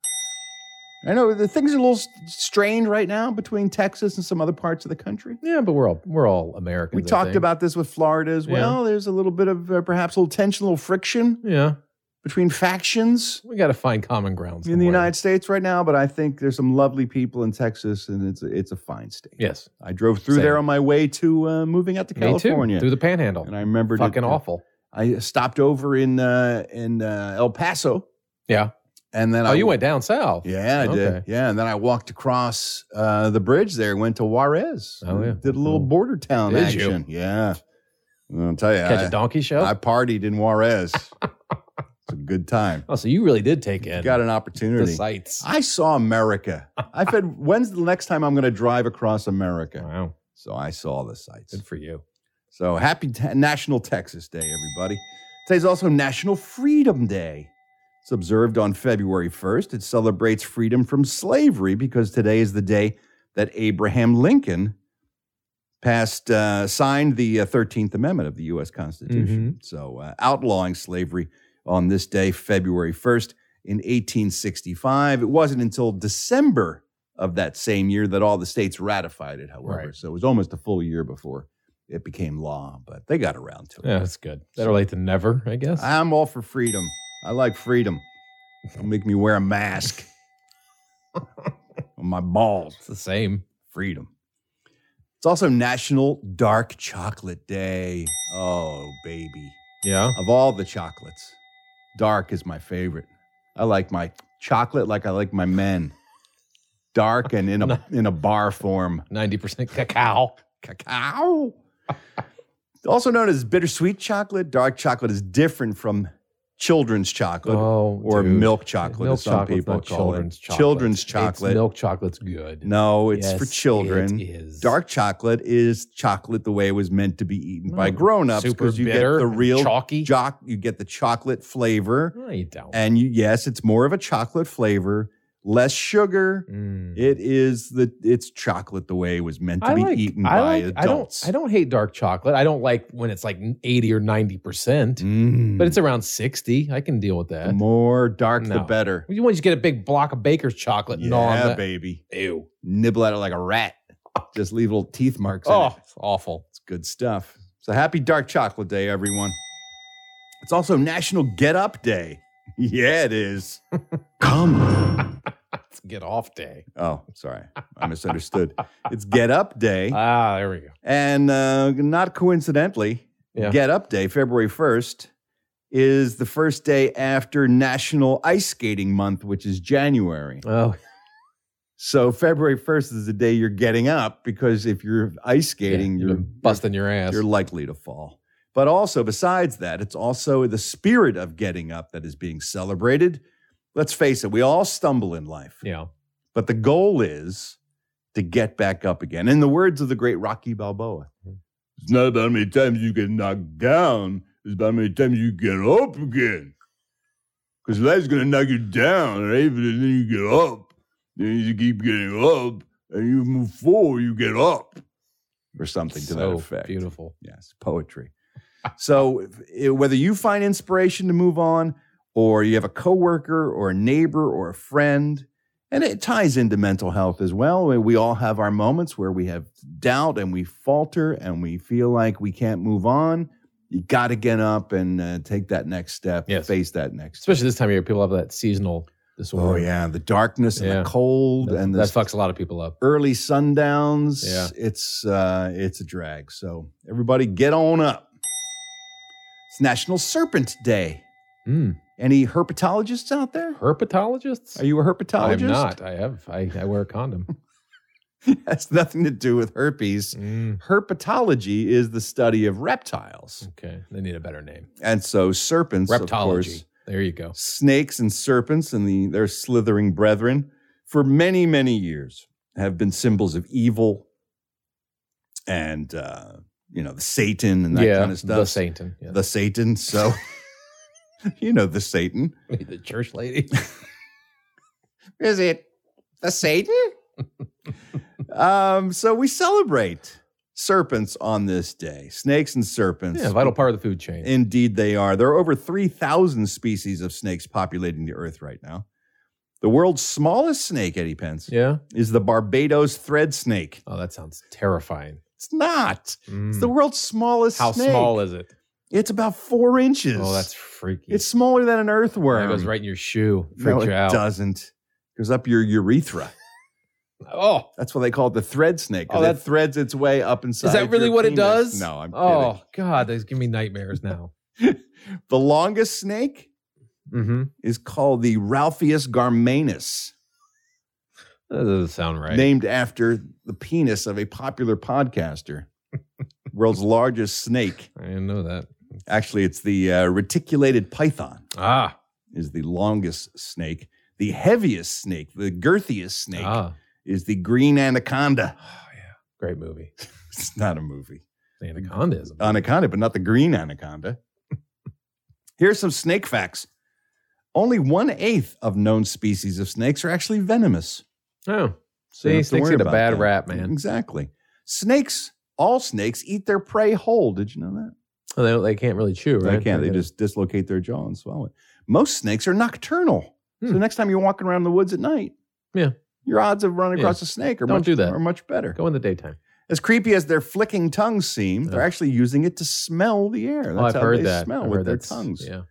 B: I know the things are a little s- strained right now between Texas and some other parts of the country.
C: Yeah, but we're all we're all Americans.
B: We
C: I
B: talked
C: think.
B: about this with Florida as
C: Yeah.
B: well. There's a little bit of uh, perhaps a little tension, a little friction
C: Yeah.
B: between factions
C: We gotta find common grounds.
B: in the United States right now, but I think there's some lovely people in Texas, and it's a, it's a fine state.
C: Yes.
B: I drove through
C: Same.
B: there on my way to uh, moving out to
C: Me
B: California,
C: too. Through the panhandle.
B: and I remembered it,
C: Fucking
B: uh,
C: awful.
B: I stopped over in uh, in uh, El Paso,
C: Yeah.
B: and then
C: Oh,
B: I,
C: you went down south.
B: Yeah, I did.
C: Okay.
B: Yeah, and then I walked across uh, the bridge there, went to Juarez.
C: Oh, yeah.
B: did a little border town
C: Did you?
B: action. Yeah, I'll tell you,
C: Catch
B: I-
C: a donkey show.
B: I partied
C: [LAUGHS]
B: in Juarez. it's a good time.
C: oh, so you really did take in
B: Got an
C: the
B: opportunity.
C: sights.
B: I saw America.
C: [LAUGHS]
B: I said, when's the next time I'm going to drive across America?
C: Wow.
B: So I saw the sights.
C: Good for you.
B: So happy Te- National Texas Day, everybody. Today's also National Freedom Day. It's observed on February 1st. It celebrates freedom from slavery because today is the day that Abraham Lincoln passed, uh, signed the uh, 13th Amendment of the U.S. Constitution. So uh, outlawing slavery on this day, February 1st in 1865. It wasn't until December of that same year that all the states ratified it, however.
C: Right.
B: So it was almost a full year before it became law, but they got around to it.
C: Yeah, that's good. Better late than never, I guess.
B: I'm all for freedom. I like freedom. Don't make me wear a mask on my balls.
C: it's the same.
B: Freedom. It's also National Dark Chocolate Day. Oh, baby.
C: Yeah.
B: Of all the chocolates, dark is my favorite. I like my chocolate like I like my men. Dark and in a in a bar form.
C: 90% cacao.
B: Cacao. [LAUGHS] also known as bittersweet chocolate, dark chocolate is different from children's chocolate
C: Oh,
B: or
C: dude.
B: milk chocolate,
C: Milk
B: as some
C: chocolate's
B: people
C: not
B: call
C: children's
B: it.
C: chocolate.
B: Children's
C: It's-
B: chocolate.
C: milk chocolate's good.
B: No, it's
C: Yes,
B: for
C: it
B: children.
C: is.
B: Dark chocolate is chocolate the way it was meant to be eaten by
C: No,
B: grown-ups
C: Mm. super
B: because you
C: bitter
B: get the
C: and
B: real
C: chalky.
B: jock, you get the chocolate flavor.
C: No, you don't.
B: And you, yes, it's more of a chocolate flavor, less sugar.
C: Mm.
B: It is the it's chocolate the way it was meant to
C: I
B: be
C: like,
B: eaten
C: I
B: by
C: like- I don't,
B: adults.
C: I don't hate dark chocolate. I don't like when it's like 80 or 90%,
B: Mm.
C: but it's around 60. I can deal with
B: the
C: that.
B: more dark the
C: No.
B: better.
C: You want to get a big block of baker's chocolate and all
B: yeah,
C: that.
B: baby.
C: Ew.
B: Nibble at it like a rat. Just leave little teeth marks. in it.
C: Oh, it's awful.
B: It's good stuff. So happy Dark Chocolate Day, everyone. It's also National Get Up Day. Yeah,
C: [LAUGHS]
B: it is. Come.
C: It's get off day.
B: Oh, sorry. I misunderstood. It's Get Up Day.
C: Ah, there we go.
B: And uh, not coincidentally,
C: Yeah.
B: Get Up Day, February 1st, is the first day after National Ice Skating Month, which is January.
C: Oh,
B: So February 1st is the day you're getting up because if you're ice skating,
C: yeah,
B: you're,
C: busting your ass.
B: you're likely to fall. But also, besides that, it's also the spirit of getting up that is being celebrated. Let's face it, we all stumble in life,
C: yeah.
B: but the goal is to get back up again. In the words of the great Rocky Balboa,
C: Mm-hmm.
B: it's not about how many times you get knocked down, it's about how many times you get up again. Because life's going to knock you down, right? But then you get up, then you keep getting up, and you move forward, you get up. Or something to that
C: So
B: effect.
C: Beautiful.
B: Yes, poetry. so if- it- whether you find inspiration to move on, or you have a coworker, or a neighbor, or a friend, and it ties into mental health as well. We- We all have our moments where we have doubt and we falter and we feel like we can't move on. you got to get up and uh, take that next step, face that next.
C: Especially this time of year, people have that seasonal disorder.
B: Oh yeah, the darkness and the cold
C: That-
B: and
C: that
B: this
C: fucks a lot of people up.
B: early sundowns.
C: Yeah.
B: It's uh, it's a drag. So everybody get on up. It's National Serpent Day. Any herpetologists out there?
C: Mm. Herpetologists?
B: Are you a herpetologist?
C: I'm
B: [LAUGHS]
C: not. I have. I, I wear a condom.
B: Has nothing to do with herpes.
C: Mm.
B: Herpetology is the study of reptiles.
C: Okay. They need a better name.
B: And so serpents, of
C: Reptology.
B: course,
C: There you go.
B: snakes and serpents and the, their slithering brethren for many, many years have been symbols of evil and, uh, you know, the Satan and that
C: yeah.
B: kind of stuff.
C: The Satan. Yeah.
B: The
C: [LAUGHS]
B: Satan. So, you know, the Satan.
C: the church lady.
B: Is it the Satan? um, so we celebrate serpents on this day, snakes and serpents.
C: [LAUGHS] Yeah, vital part of the food
B: [LAUGHS]
C: chain.
B: Indeed, they are. There are over 3,000 species of snakes populating the earth right now. The world's smallest snake, Eddie Pence,
C: Yeah.
B: is the Barbados thread snake.
C: Oh, that sounds terrifying.
B: It's not. It's the
C: Mm.
B: world's smallest
C: How
B: snake.
C: small is it?
B: It's about four inches.
C: Oh, that's freaky.
B: It's smaller than an earthworm.
C: That goes right in your shoe. Freaks
B: No, it
C: you out.
B: doesn't. It goes up your urethra.
C: Oh,
B: That's why they call it the thread snake.
C: Oh,
B: Oh, that
C: that's-
B: threads its way up inside.
C: is that really
B: your
C: what it
B: penis.
C: does?
B: No, I'm
C: Oh God, that's giving me nightmares now.
B: kidding. The longest snake
C: mm-hmm.
B: is called the Ralpheus garmanus,
C: That doesn't sound right.
B: named after the penis of a
C: [LAUGHS]
B: popular podcaster. World's largest snake.
C: I didn't know that.
B: Actually, it's the uh, reticulated python
C: Ah,
B: is the longest snake. The heaviest snake, the girthiest snake,
C: ah,
B: is the green anaconda. [LAUGHS]
C: great movie.
B: It's not a movie.
C: The
B: Mm-hmm.
C: Anaconda is a movie.
B: anaconda, but not the green anaconda. Here's some snake facts. Only one eighth of known species of snakes are actually venomous.
C: Oh,
B: So
C: see,
B: you don't have to
C: snakes
B: worry
C: get a
B: about
C: bad
B: that.
C: rap, man.
B: Exactly. Snakes, all snakes eat their prey whole. Did you know that?
C: Oh, they, don't- they can't really chew, right?
B: They can't. They
C: gotta-
B: just dislocate their jaw and swallow it. Most snakes are nocturnal. So next time you're walking around the woods at night,
C: Hmm. Yeah.
B: your odds of running
C: Yeah.
B: across a snake are
C: Don't
B: much
C: do that.
B: are much better.
C: go in the daytime.
B: As creepy as their flicking tongues seem, they're actually using it to smell the air. That's
C: oh, I've
B: how
C: heard
B: they
C: that.
B: smell
C: I've
B: with
C: heard
B: their
C: that's-
B: tongues.
C: Yeah.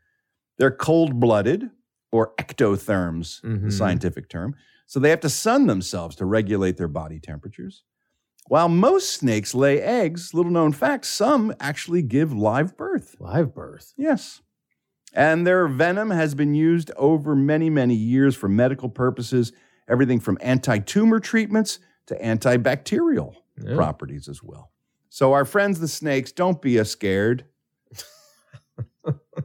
B: They're cold blooded or ectotherms, the
C: Mhm.
B: scientific term. So they have to sun themselves to regulate their body temperatures. While most snakes lay eggs, little known fact, some actually give live birth.
C: Live birth.
B: Yes. And their venom has been used over many, many years for medical purposes, everything from anti tumor treatments to antibacterial
C: Yeah.
B: properties as well. So, our friends, the snakes, don't be
C: [LAUGHS]
B: a scared.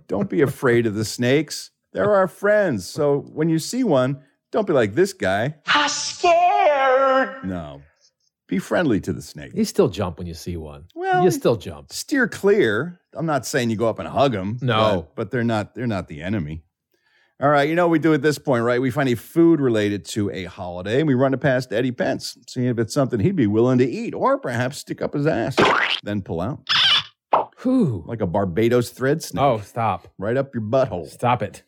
B: don't be afraid of the snakes. They're our friends. So, when you see one, don't be like this guy.
G: I'm scared.
B: No. Be friendly to the snake.
C: You still jump when you see one.
B: Well,
C: you still jump.
B: steer clear. I'm not saying you go up and hug them.
C: No.
B: but, but they're not they're not the enemy. All right, you know what we do at this point, right? We find a food related to a holiday and we run it past Eddie Pence, seeing if it's something he'd be willing to eat or perhaps stick up his ass, then pull out
C: Whew.
B: like a Barbados thread snake
C: Oh, stop.
B: right up your butthole.
C: Stop it.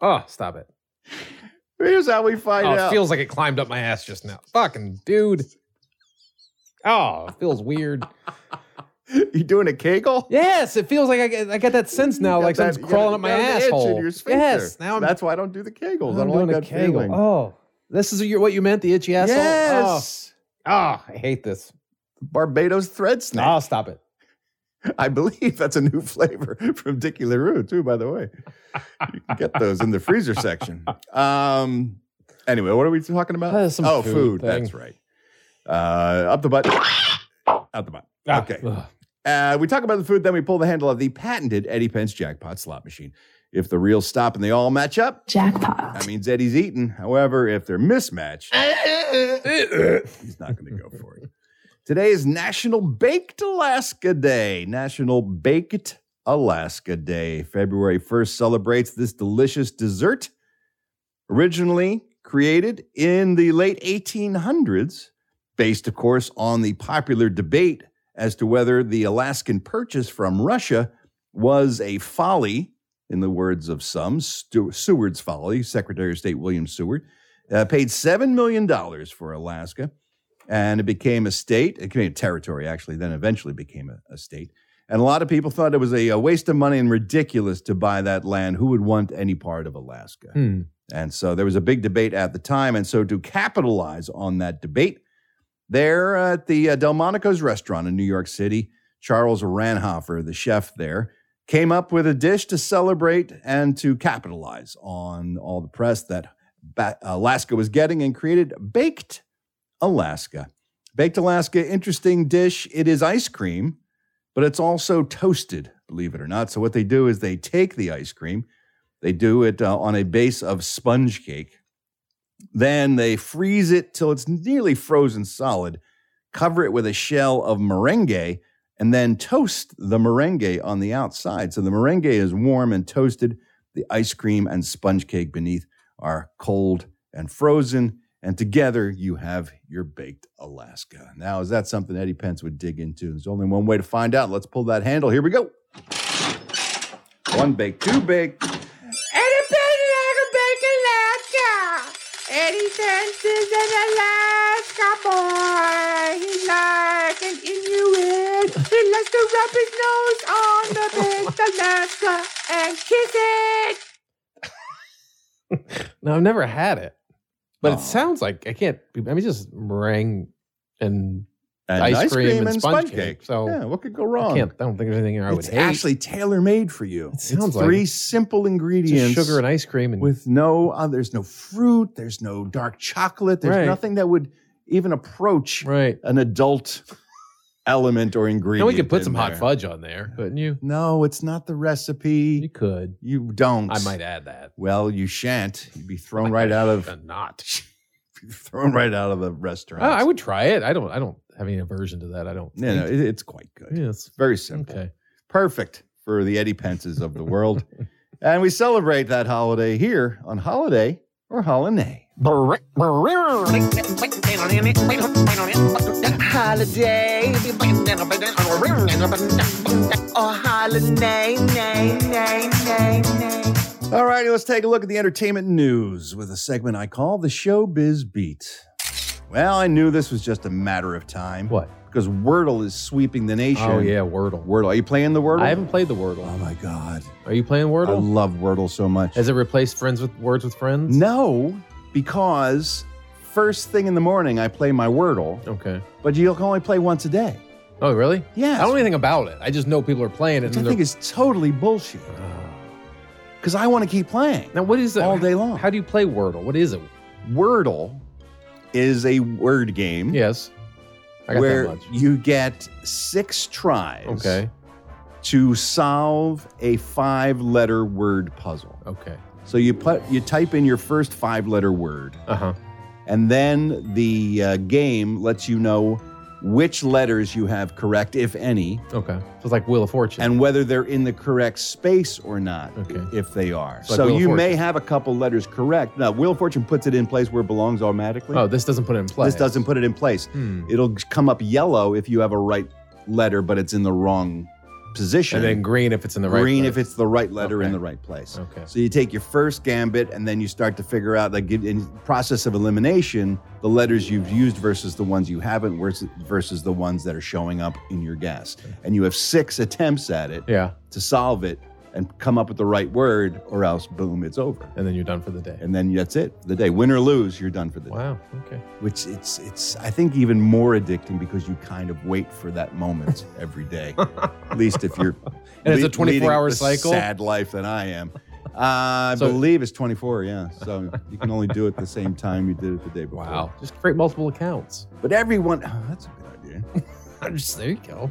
C: Oh, stop it.
B: [LAUGHS] Here's how we find
C: Oh, it
B: out.
C: feels like it climbed up my ass just now. Fucking dude. Oh, it feels weird.
B: [LAUGHS] you doing a kegel?
C: Yes, it feels like I get, I get that sense now,
B: You
C: like
B: got that-
C: something's
B: you got
C: crawling
B: a-
C: up my
B: got an itch in
C: asshole.
B: your sphincter.
C: yes, now I'm,
B: That's why I don't do the kegels. I
C: I'm
B: don't like
C: doing a
B: that
C: Kegel.
B: feeling.
C: Oh, this is your what you meant, the itchy asshole.
B: yes.
C: Oh, Ah, I hate this.
B: Barbados thread snake.
C: Oh, stop it.
B: I believe that's a new [LAUGHS] flavor from Dickie LaRue, too, by the way. You can get those in the
C: [LAUGHS]
B: freezer section. Um, anyway, what are we talking about?
C: Uh, some
B: oh,
C: food
B: food.
C: thing.
B: that's right. Uh, up the butt. Out the butt.
C: Ah,
B: Okay.
C: ugh.
B: Uh, we talk about the food, then we pull the handle of the patented Eddie Pence jackpot slot machine. If the reels stop and they all match up, jackpot. That means Eddie's eating. However, if they're mismatched, he's not going to go for it. Today is National Baked Alaska Day. National Baked Alaska Day. February 1st celebrates this delicious dessert. Originally created in the late 1800s, based, of course, on the popular debate as to whether the Alaskan purchase from Russia was a folly, in the words of some, Stu- Seward's folly, Secretary of State William Seward, uh, paid $7 million for Alaska, and it became a state. It became a territory, actually, then eventually became a, a state. And a lot of people thought it was a, a waste of money and ridiculous to buy that land. Who would want any part of Alaska?
C: Hmm.
B: And so there was a big debate at the time. And so to capitalize on that debate, there at the uh, Delmonico's restaurant in New York City, Charles Ranhofer, the chef there, came up with a dish to celebrate and to capitalize on all the press that ba- Alaska was getting and created Baked Alaska. Baked Alaska, interesting dish. It is ice cream, but it's also toasted, believe it or not. So what they do is they take the ice cream, they do it uh, on a base of sponge cake. Then they freeze it till it's nearly frozen solid, cover it with a shell of merengue, and then toast the merengue on the outside. So the merengue is warm and toasted. The ice cream and sponge cake beneath are cold and frozen. And together you have your baked Alaska. Now, is that something Eddie Pence would dig into? There's only one way to find out. Let's pull that handle. Here we go. One bake, two bake,
G: Independent Uncle Bake Alaska. Eddie Pence is an Alaska boy. He's like an Inuit. He likes to rub his nose on the baked Alaska and kiss it.
C: No, I've never had it, but it sounds like I can't. I mean, just meringue and,
B: And
C: ice, cream, and, sponge, cake. So
B: yeah, what could go wrong?
C: I can't. I don't think there's anything I would
B: it's
C: hate.
B: actually tailor made for you. It
C: sounds
B: it's
C: like
B: three
C: it.
B: simple
C: It's just
B: ingredients.
C: sugar and ice cream and
B: with no uh, there's no fruit, there's no dark chocolate, there's
C: Right.
B: nothing that would even approach
C: right.
B: an adult element or ingredient.
C: And we could put
B: in
C: some hot
B: there.
C: fudge on there, couldn't you?
B: No, it's not the recipe.
C: You could.
B: You don't.
C: I might add that.
B: Well, you shan't. You'd be thrown right out
C: [LAUGHS]
B: of
C: But not.
B: [LAUGHS] thrown right out of the
C: I-
B: restaurant.
C: Oh, I would try it. I don't. I don't have any aversion to that. I don't.
B: Yeah, no,
C: think.
B: it, it's quite good.
C: Yeah, it's-
B: Very simple.
C: okay.
B: Perfect for the Eddie Pences of the world. and we celebrate that holiday here on Holiday or Holiday.
G: Holiday. Or holiday, nay, nay, nay, nay.
B: All righty, let's take a look at the entertainment news with a segment I call the Showbiz Beat. Well, I knew this was just a matter of time.
C: What?
B: Because Wordle is sweeping the nation.
C: Oh yeah, Wordle.
B: Wordle. Are you playing the Wordle?
C: I haven't played the Wordle.
B: Oh my God.
C: Are you playing
B: I
C: Wordle?
B: love Wordle so much.
C: Has it replaced friends with words with friends?
B: No, because first thing in the morning I play my Wordle,
C: Okay.
B: but you can only play once a day.
C: Oh really? I
B: Yes.
C: don't know anything about it. I just know Uh. people are playing it.
B: Which I
C: and they're-
B: think is totally bullshit. Because I want to keep playing
C: now what is it?
B: all day long.
C: How do you play Wordle? What is it?
B: Wordle is a word game
C: Yes. I got
B: where
C: that much.
B: you get six tries
C: Okay.
B: to solve a five letter word puzzle.
C: Okay.
B: So you put you type in your first five letter word.
C: Uh huh.
B: And then the uh, game lets you know which letters you have correct, if any,
C: Okay. So it's like Wheel of Fortune.
B: and whether they're in the correct space or not,
C: Okay.
B: if they are.
C: It's like
B: so
C: Wheel of
B: you may
C: Fortune.
B: have a couple letters correct. Now, Wheel of Fortune puts it in place where it belongs automatically.
C: oh, this doesn't put it in play.
B: this doesn't put it in place.
C: Hmm.
B: It'll come up yellow if you have a right letter, but it's in the wrong position.
C: And then green if it's in the right.
B: green
C: place.
B: if it's the right letter in
C: Okay.
B: the right place.
C: Okay.
B: So you take your first gambit, and then you start to figure out, like, in process of elimination, the letters you've used versus the ones you haven't versus, versus the ones that are showing up in your guess. And you have six attempts at it
C: Yeah.
B: to solve it and come up with the right word, or else, boom, it's over.
C: And then you're done for the day.
B: And then that's it. for The day, win or lose, you're done for the day.
C: Wow. Okay.
B: Which it's it's I think even more addicting because you kind of wait for that
C: [LAUGHS]
B: moment every day. At least if you're
C: And it's a
B: le-
C: 24-hour
B: leading the
C: cycle?
B: Sad life than I am. Uh, I
C: So-
B: believe it's 24. Yeah, so you can only do it the same time you did it the day before.
C: Wow. Just create multiple accounts.
B: But everyone, oh, that's a good idea.
C: Just, there you go.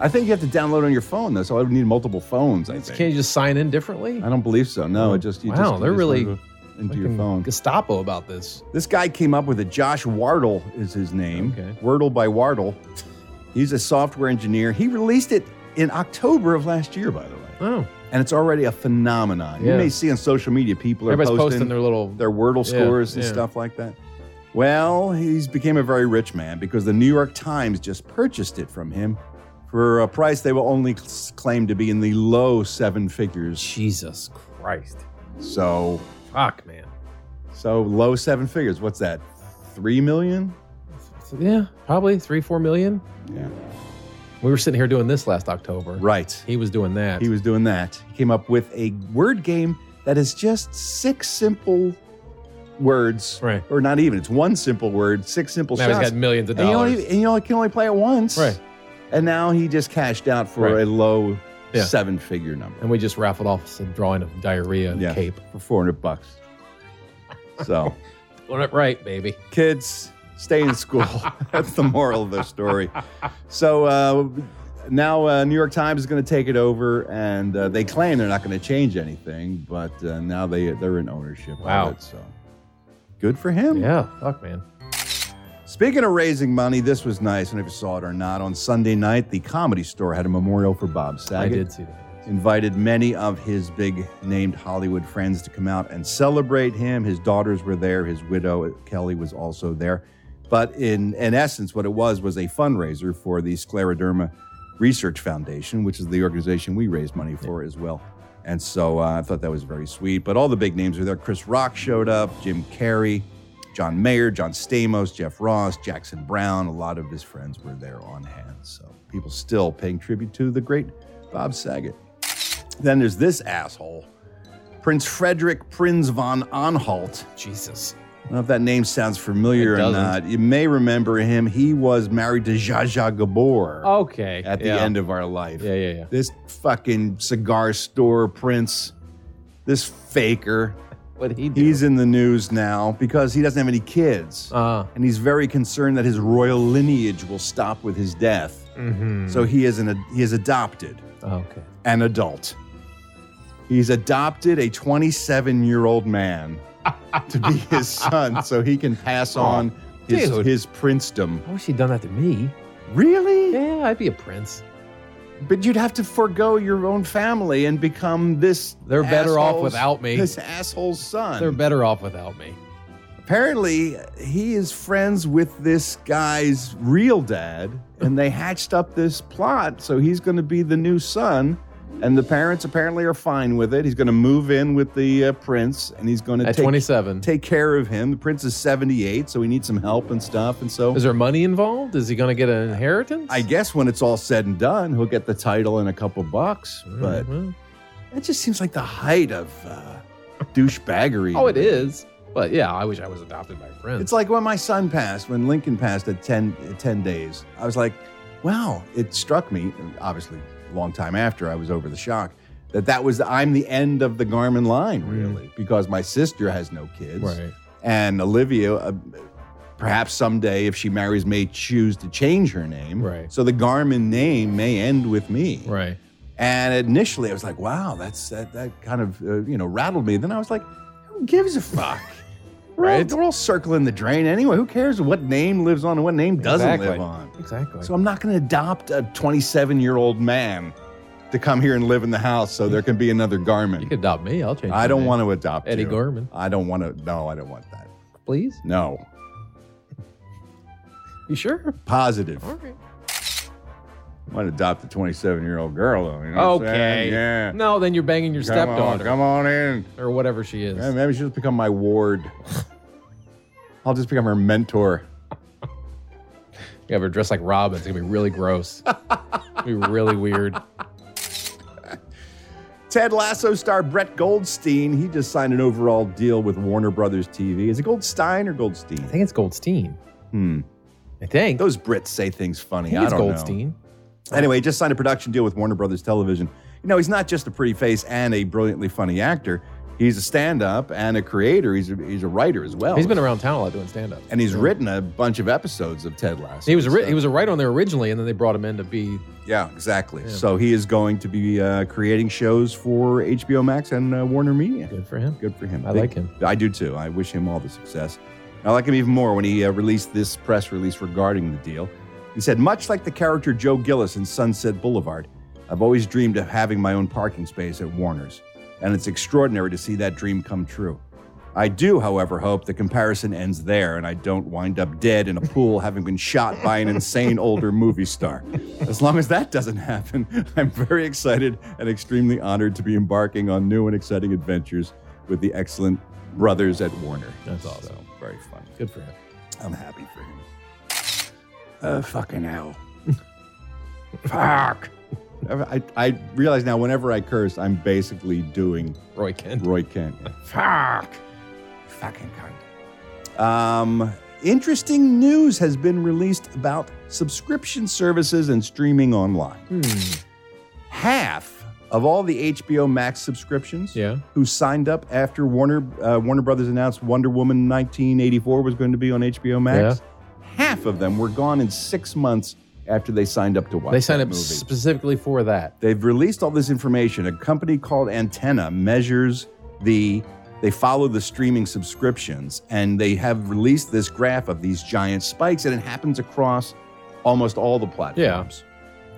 B: I think you have to download on your phone though, so I would need multiple phones. I
C: Can
B: think.
C: you just sign in differently?
B: I don't believe so. No, it just you
C: Wow,
B: just you
C: they're
B: just
C: really
B: load it into your
C: Fucking
B: phone.
C: Gestapo about this.
B: This guy came up with it. Josh Wardle is his name.
C: Okay.
B: Wordle by Wardle. He's a software engineer. He released it in October of last year, by the way.
C: Oh.
B: And it's already a phenomenon. You
C: Yeah.
B: may see on social media people are
C: Everybody's
B: posting,
C: posting their little.
B: their Wordle
C: Yeah,
B: scores and
C: yeah.
B: stuff like that. Well, he's became a very rich man because the New York Times just purchased it from him for a price they will only c- claim to be in the low seven figures.
C: Jesus Christ.
B: So,
C: Fuck, man.
B: so low seven figures. What's that? Three million?
C: So, yeah, probably three, four million.
B: Yeah.
C: We were sitting here doing this last October.
B: Right.
C: He was doing that.
B: He was doing that. He came up with a word game that is just six simple words. Right. Or not even. It's one simple word, six simple
C: Now he's
B: shots.
C: got millions of
B: And you
C: dollars.
B: only- and you only can only play it once. Right. And now he just cashed out for
C: Right.
B: a low
C: Yeah.
B: seven figure number.
C: and we just raffled off a drawing of diarrhea and a cape.
B: For 400 bucks. So,
C: Doing it right, baby.
B: kids, stay
C: [LAUGHS]
B: in school. That's the moral of the story. So, uh, now uh, New York Times is going to take it over, and uh, they claim they're not going to change anything, but uh, now they they're in ownership.
C: Wow.
B: Of it, so, good for him.
C: Yeah. Fuck, man.
B: Speaking of raising money, this was nice. I don't know if you saw it or not. On Sunday night, the Comedy Store had a memorial for Bob
C: I
B: Saget.
C: did see that.
B: Invited many of his big named Hollywood friends to come out and celebrate him. His daughters were there. His widow, Kelly, was also there. But in, in essence, what it was was a fundraiser for the Scleroderma Research Foundation, which is the organization we raise money for as well. And so uh, I thought that was very sweet. But all the big names were there. Chris Rock showed up, Jim Carrey, John Mayer, John Stamos, Jeff Ross, Jackson Brown. A lot of his friends were there on hand. So people still paying tribute to the great Bob Saget. Then there's this asshole, Prince Frederick Prinz von Anhalt.
C: Jesus.
B: I don't know if that name sounds familiar
C: It
B: or
C: doesn't.
B: not. You may remember him. He was married to Zsa Zsa Gabor
C: Okay.
B: at the
C: Oh. yeah.
B: end of our life.
C: Yeah, yeah, yeah.
B: This fucking cigar store prince, this faker.
C: What he do?
B: He's in the news now because he doesn't have any kids.
C: Uh,
B: and he's very concerned that his royal lineage will stop with his death.
C: mhm.
B: So he is an he is adopted
C: oh, Okay.
B: an adult. He's adopted a 27 year old man
C: [LAUGHS]
B: to be his son so he can pass on his,
C: dude.
B: his princedom.
C: I wish he'd done that to me.
B: Really?
C: Yeah, I'd be a prince.
B: But you'd have to forego your own family and become this.
C: They're better off
B: asshole's-
C: without me.
B: This asshole's son.
C: They're better off without me.
B: Apparently, he is friends with this guy's real dad, and they hatched up this plot. So he's going to be the new son, and the parents apparently are fine with it. He's going to move in with the uh, prince, and he's going to
C: At
B: take,
C: 27.
B: take care of him. The prince is 78, so he needs some help and stuff. And so
C: Is there money involved? Is he going to get an inheritance?
B: I guess when it's all said and done, he'll get the title and a couple bucks. But
C: Mhm.
B: that just seems like the height of uh, douchebaggery.
C: Oh, it is. But yeah, I wish I was adopted by a prince.
B: It's like when my son passed, when Lincoln passed at 10, at 10 days. I was like, wow, it struck me, and obviously a long time after I was over the shock, that that was, I'm the end of the Garmin line, really, because my sister has no
C: Mm.
B: kids.
C: Right.
B: And Olivia, uh, perhaps someday, if she marries, may choose to change her name.
C: Right.
B: So the Garmin name may end with me.
C: Right.
B: And initially, I was like, "Wow, that's that, that kind of uh, you know rattled me." Then I was like, "Who gives a fuck?" We're all-
C: Right.
B: we're all circling the drain anyway. Who cares what name lives on and what name doesn't
C: Exactly.
B: live on?
C: Exactly.
B: So I'm not going to adopt a 27 year old man to come here and live in the house so there can be another
C: you
B: Garmin.
C: could adopt me. I'll change.
B: I
C: my
B: don't
C: name.
B: want to adopt
C: Eddie
B: you.
C: Garmin.
B: I don't want to. No, I don't want that.
C: Please.
B: No,
C: You sure?
B: positive.
C: All right.
B: Might adopt a 27 year old girl though. You know what I'm saying?
C: Okay.
B: Yeah.
C: No, then you're banging your
B: Come on,
C: stepdaughter
B: come on in.
C: or whatever she is.
B: Yeah, maybe she'll just become my ward. I'll just become her mentor.
C: You have her dressed like Robin. It's gonna be really
B: [LAUGHS]
C: gross. It'll be really weird.
B: Ted Lasso star Brett Goldstein, he just signed an overall deal with Warner Brothers TV. Is it Goldstein or Goldstein?
C: I think it's Goldstein.
B: Hmm.
C: I think.
B: Those Brits say things
C: I
B: funny.
C: think
B: I,
C: it's
B: don't
C: Goldstein.
B: know. Anyway, he just signed a production deal with Warner Brothers Television. You know, he's not just a pretty face and a brilliantly funny actor. He's a stand-up and a creator. He's a, he's a writer as well.
C: He's been around town a lot doing stand up.
B: and he's written a bunch of episodes of Ted Lasso.
C: He was a
B: and
C: ri-
B: stuff.
C: he was a writer on there originally, and then they brought him in to be
B: Yeah, exactly.
C: Yeah.
B: So he is going to be uh, creating shows for HBO Max and uh, Warner Media.
C: good for him.
B: Good for him.
C: I
B: Big-
C: like him.
B: I do too. I wish him all the success. I like him even more when he uh, released this press release regarding the deal. He said, much like the character Joe Gillis in Sunset Boulevard, I've always dreamed of having my own parking space at Warner's, and it's extraordinary to see that dream come true. I do, however, hope the comparison ends there and I don't wind up dead in a pool [LAUGHS] having been shot by an insane older movie star. As long as that doesn't happen, [LAUGHS] I'm very excited and extremely honored to be embarking on new and exciting adventures with the excellent brothers at Warner.
C: That's awesome.
B: So, very fun.
C: Good for him.
B: I'm happy for him. Uh, fucking hell.
C: [LAUGHS] Fuck.
B: I, I realize now whenever I curse, I'm basically doing
C: Roy Kent.
B: Roy Kent.
C: Fuck. Fucking cunt.
B: Um, interesting news has been released about subscription services and streaming online.
C: Hmm.
B: Half of all the HBO Max subscriptions
C: Yeah.
B: who signed up after Warner uh, Warner Brothers announced Wonder Woman 1984 was going to be on HBO Max, half of them were gone in six months after they signed up to watch.
C: They signed
B: that
C: up
B: movie.
C: specifically for that.
B: They've released all this information. A company called Antenna measures the they follow the streaming subscriptions and they have released this graph of these giant spikes and it happens across almost all the platforms.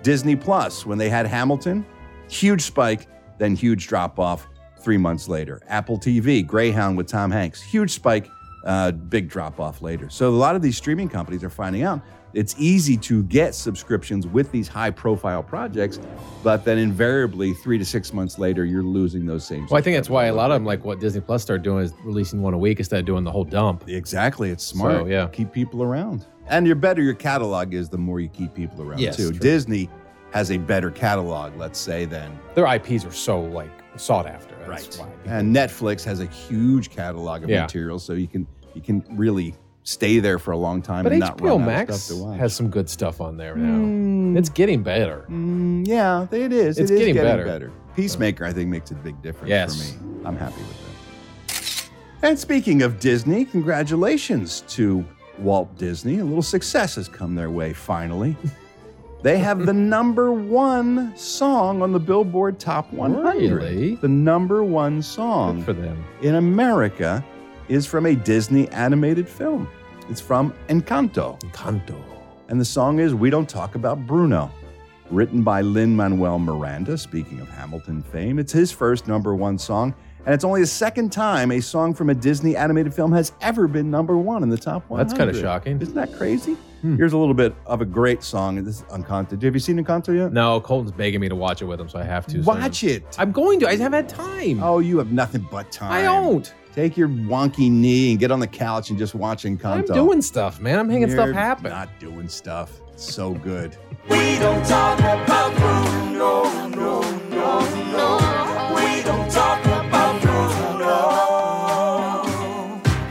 B: Disney Plus when they had Hamilton, huge spike, then huge drop off 3 months later. Apple TV, Greyhound with Tom Hanks, huge spike, uh, big drop off later. So a lot of these streaming companies are finding out it's easy to get subscriptions with these high profile projects, but then invariably three to six months later, you're losing those same.
C: Well, I think that's why a lot of them, like what Disney Plus started doing, is releasing one a week instead of doing the whole dump.
B: Exactly. It's smart.
C: So, yeah.
B: Keep people around. And your better your catalog is, the more you keep people around
C: Yes,
B: too.
C: true.
B: Disney has a better catalog, let's say, than
C: Their IPs are so like sought after. That's right. Why.
B: and Netflix has a huge catalog of
C: Yeah.
B: material, so you can you can really stay there for a long time
C: But
B: and not
C: HBO
B: run out of
C: Max
B: stuff to watch. Hmm.
C: has some good stuff on there now. It's getting better.
B: Mm, yeah, it is.
C: It's
B: it is
C: getting better.
B: Peacemaker, I think, makes a big difference
C: Yes.
B: for me. I'm happy with that. And speaking of Disney, congratulations to Walt Disney. A little success has come their
C: [LAUGHS]
B: way finally. They have the number one song on the Billboard Top 100.
C: Really?
B: The number one song
C: Good for them.
B: in America is from a Disney animated film. It's from Encanto.
C: Encanto.
B: And the song is We Don't Talk About Bruno, written by Lin Manuel Miranda. Speaking of Hamilton fame, it's his first number one song. And it's only the second time a song from a Disney animated film has ever been number one in the top 100.
C: That's kinda shocking. Hmm.
B: Isn't that crazy? Here's a little bit of a great song. This is Encanto. Have you seen Encanto yet?
C: No, Colton's begging me to watch it with him, so I have to.
B: Watch it.
C: I'm going to. I haven't had time.
B: Oh, you have nothing but time.
C: I don't.
B: Take your wonky knee and get on the couch and just watch Encanto.
C: I'm doing stuff, man. I'm making stuff
B: You're
C: happen.
B: Not doing stuff. It's so good.
G: We don't talk about Bruno, no, no, no. We don't talk about Bruno.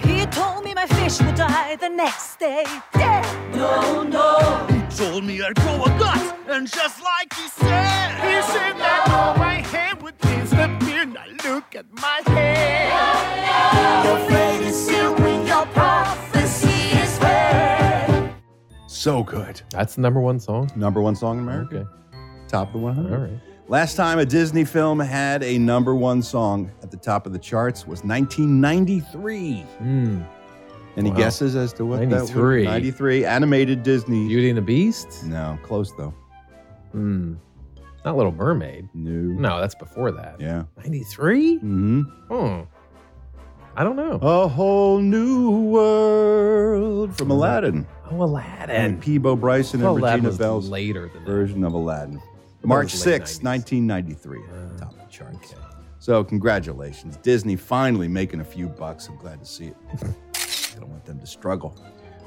T: He told me my fish would die the next day. Dead.
G: No, no. He told me I'd grow a gut, and just like he said, he said that all my hair would disappear. Now look at my hair. Your fate is sealed, your prophecy is read.
B: So good.
C: That's the number one song.
B: Number one song in America.
C: Okay.
B: Top of the 100.
C: All right.
B: Last time a Disney film had a number one song at the top of the charts was 1993.
C: Mm.
B: Any
C: Wow.
B: guesses as to what Hmm. that was?
C: 93.
B: 93. Animated Disney.
C: Beauty and the Beast.
B: no, close though.
C: Hmm. Not Little Mermaid.
B: No.
C: No, that's before that.
B: Yeah.
C: 93?
B: Mm-hmm. Oh.
C: Hmm. I don't know.
B: A whole new world from Aladdin.
C: Oh, Aladdin.
B: And Peebo Bryson and
C: Well, Aladdin
B: Regina
C: was
B: Bell's
C: later than that.
B: version of Aladdin.
C: was
B: March
C: late
B: 6,
C: 90s.
B: 1993. at the top of the charts. So, congratulations. Disney finally making a few bucks. I'm glad to see it. [LAUGHS] I don't want them to struggle.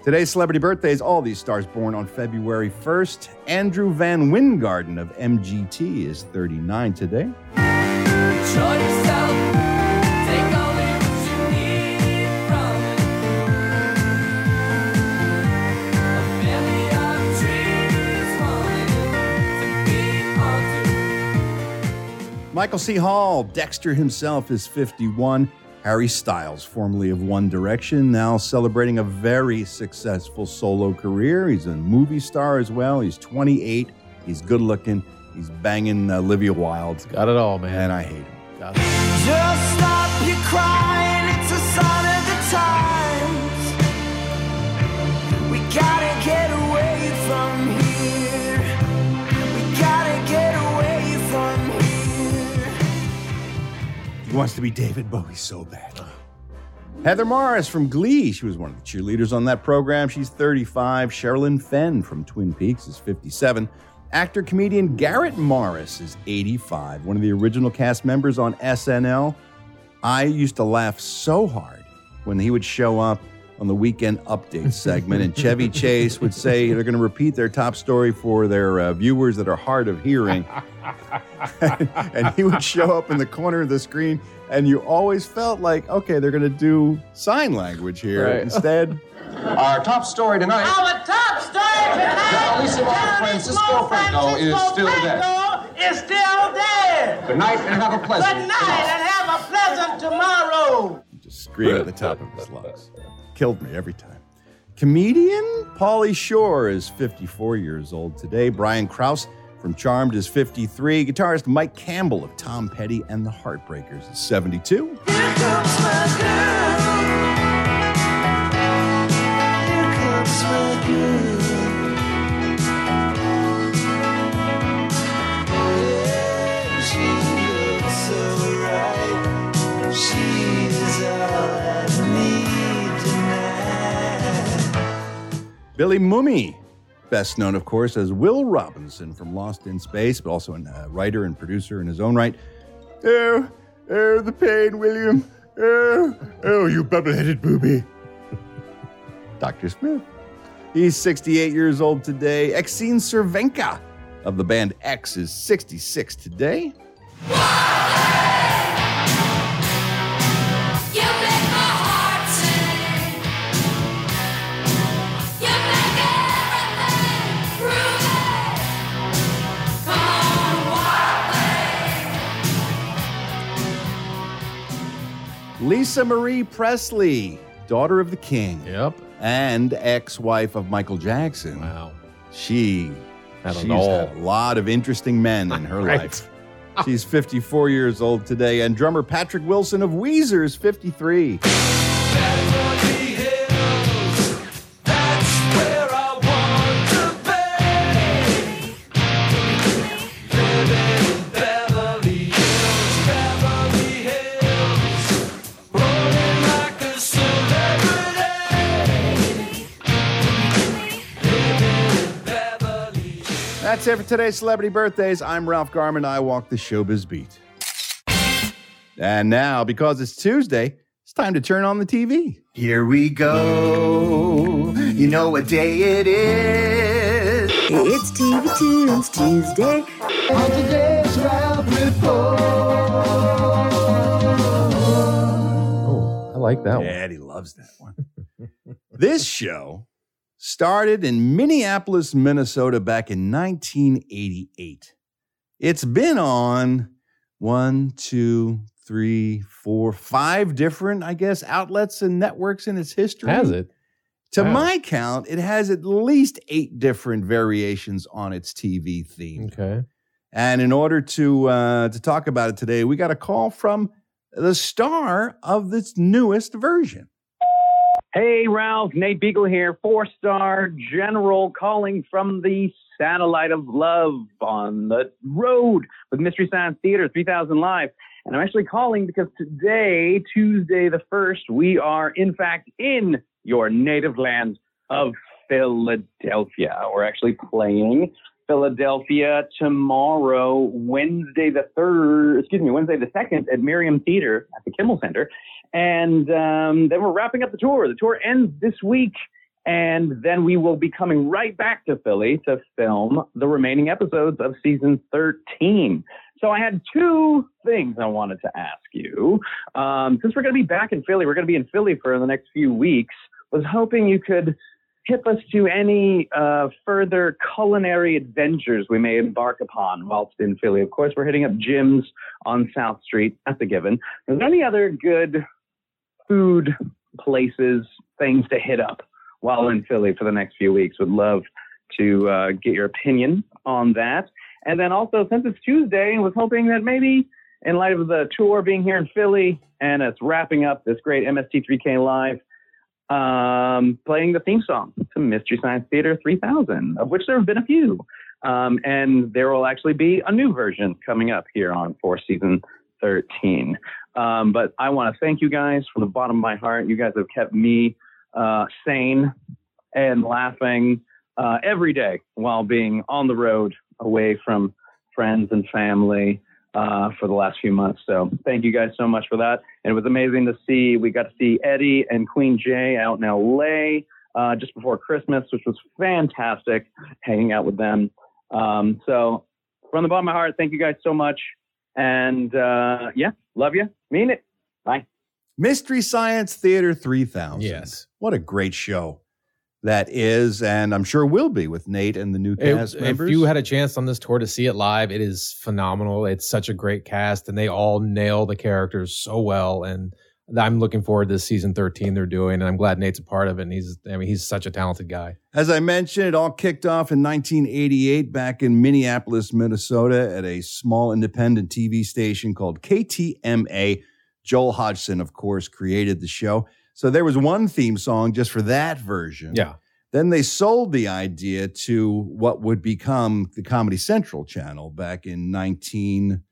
B: Today's celebrity birthdays, all these stars born on February 1st. Andrew Van Wingarden of MGT is 39 today.
G: Enjoy yourself. Take all that you need from it. A million dreams wanted to be all through.
B: Michael C. Hall, Dexter himself is 51. Harry Styles, formerly of One Direction, now celebrating a very successful solo career. He's a movie star as well. He's 28. He's good looking. He's banging uh, Olivia Wilde.
C: Got it all, man.
B: And I hate him.
C: Got it.
G: Just stop your crying. It's a sign of the times. We gotta get away from here. We gotta get away from here.
B: He wants to be David Bowie so bad. Heather Morris from Glee. She was one of the cheerleaders on that program. She's 35. Sherilyn Fenn from Twin Peaks is 57. Actor comedian Garrett Morris is 85, one of the original cast members on SNL. I used to laugh so hard when he would show up
J: on the weekend update segment. and Chevy Chase would say they're going to repeat their top story for their uh, viewers that are hard of hearing. [LAUGHS] and he would show up in the corner of the screen, and you always felt like, okay, they're going to do sign language here.
B: Right.
J: Instead,
B: Our top story tonight. Our top story tonight. Lisa Francisco Franco is still dead. Is still dead.
J: Good night and have a pleasant
B: Good night and have a pleasant tomorrow.
J: scream at the top of his lungs. Killed me every time. Comedian Paulie Shore is 54 years old today. Brian Krause from Charmed is 53. Guitarist Mike Campbell of Tom Petty and the Heartbreakers is 72. Billy Mumy, best known, of course, as Will Robinson from Lost in Space, but also a writer and producer in his own right. Oh, oh, the pain, William. Oh, oh, you bubble-headed booby. Dr. Smith. He's 68 years old today. Exene Cervenka of the band X is 66 today. Lisa Marie Presley, daughter of the king. Yep. And ex-wife of Michael Jackson. Wow. She
C: Had it
J: she's
C: all.
J: had a lot of interesting men in her
C: Right.
J: life. She's 54 years old today, and drummer Patrick Wilson of Weezer is 53. That's it for today's celebrity birthdays. I'm Ralph Garman. I walk the showbiz beat. And now, because it's Tuesday, it's time to turn on the TV.
U: Here we go. You know what day it is. It's TV Tunes Tuesday. On today's Ralph
C: Oh,
J: I like that one. Daddy loves that one. [LAUGHS] this show started in Minneapolis, Minnesota back in 1988. It's been on one, two, three, four, five different, I guess, outlets and networks in its history.
C: Has it?
J: To
C: Wow.
J: my count, it has at least eight different variations on its TV theme.
C: Okay.
J: And in order to uh, to talk about it today, we got a call from the star of this newest version.
G: Hey, Ralph. Nate Beagle here, four star general calling from the Satellite of Love on the road with Mystery Science Theater 3000 Live. And I'm actually calling because today, Tuesday the 1st, we are in fact in your native land of Philadelphia. We're actually playing Philadelphia tomorrow, Wednesday the 3rd, excuse me, Wednesday the 2nd at Miriam Theater at the Kimmel Center. And um, then we're wrapping up the tour. The tour ends this week. And then we will be coming right back to Philly to film the remaining episodes of season 13. So I had two things I wanted to ask you. Um, since we're going to be back in Philly, we're going to be in Philly for the next few weeks. Was hoping you could tip us to any uh, further culinary adventures we may embark upon whilst in Philly. Of course, we're hitting up Jim's on South Street. That's a given. Is there any other good food places, things to hit up while in Philly for the next few weeks. Would love to uh, get your opinion on that. And then also, since it's Tuesday, I was hoping that maybe in light of the tour being here in Philly and us wrapping up this great MST3K Live, um, playing the theme song to Mystery Science Theater 3000, of which there have been a few. Um, and there will actually be a new version coming up here on for season 13. Um, but I want to thank you guys from the bottom of my heart. You guys have kept me uh, sane and laughing uh, every day while being on the road, away from friends and family,
V: uh, for the last few months. So thank you guys so much for that. And it was amazing to see. We got to see Eddie and Queen Jay out in LA uh, just before Christmas, which was fantastic hanging out with them. Um, so from the bottom of my heart, thank you guys so much. And uh, yeah, love you. Mean it. Bye.
B: Mystery Science Theater 3000.
C: Yes.
B: What a great show that is, and I'm sure will be with Nate and the new
C: It-
B: cast
C: if
B: members.
C: you had a chance on this tour to see it live, it is phenomenal. It's such a great cast, and they all nail the characters so well. And I'm looking forward to season 13 they're doing, and I'm glad Nate's a part of it. And he's, I mean, he's such a talented guy.
B: As I mentioned, it all kicked off in 1988 back in Minneapolis, Minnesota, at a small independent TV station called KTMA. Joel Hodgson, of course, created the show. So there was one theme song just for that version.
C: Yeah.
B: Then they sold the idea to what would become the Comedy Central channel back in 19,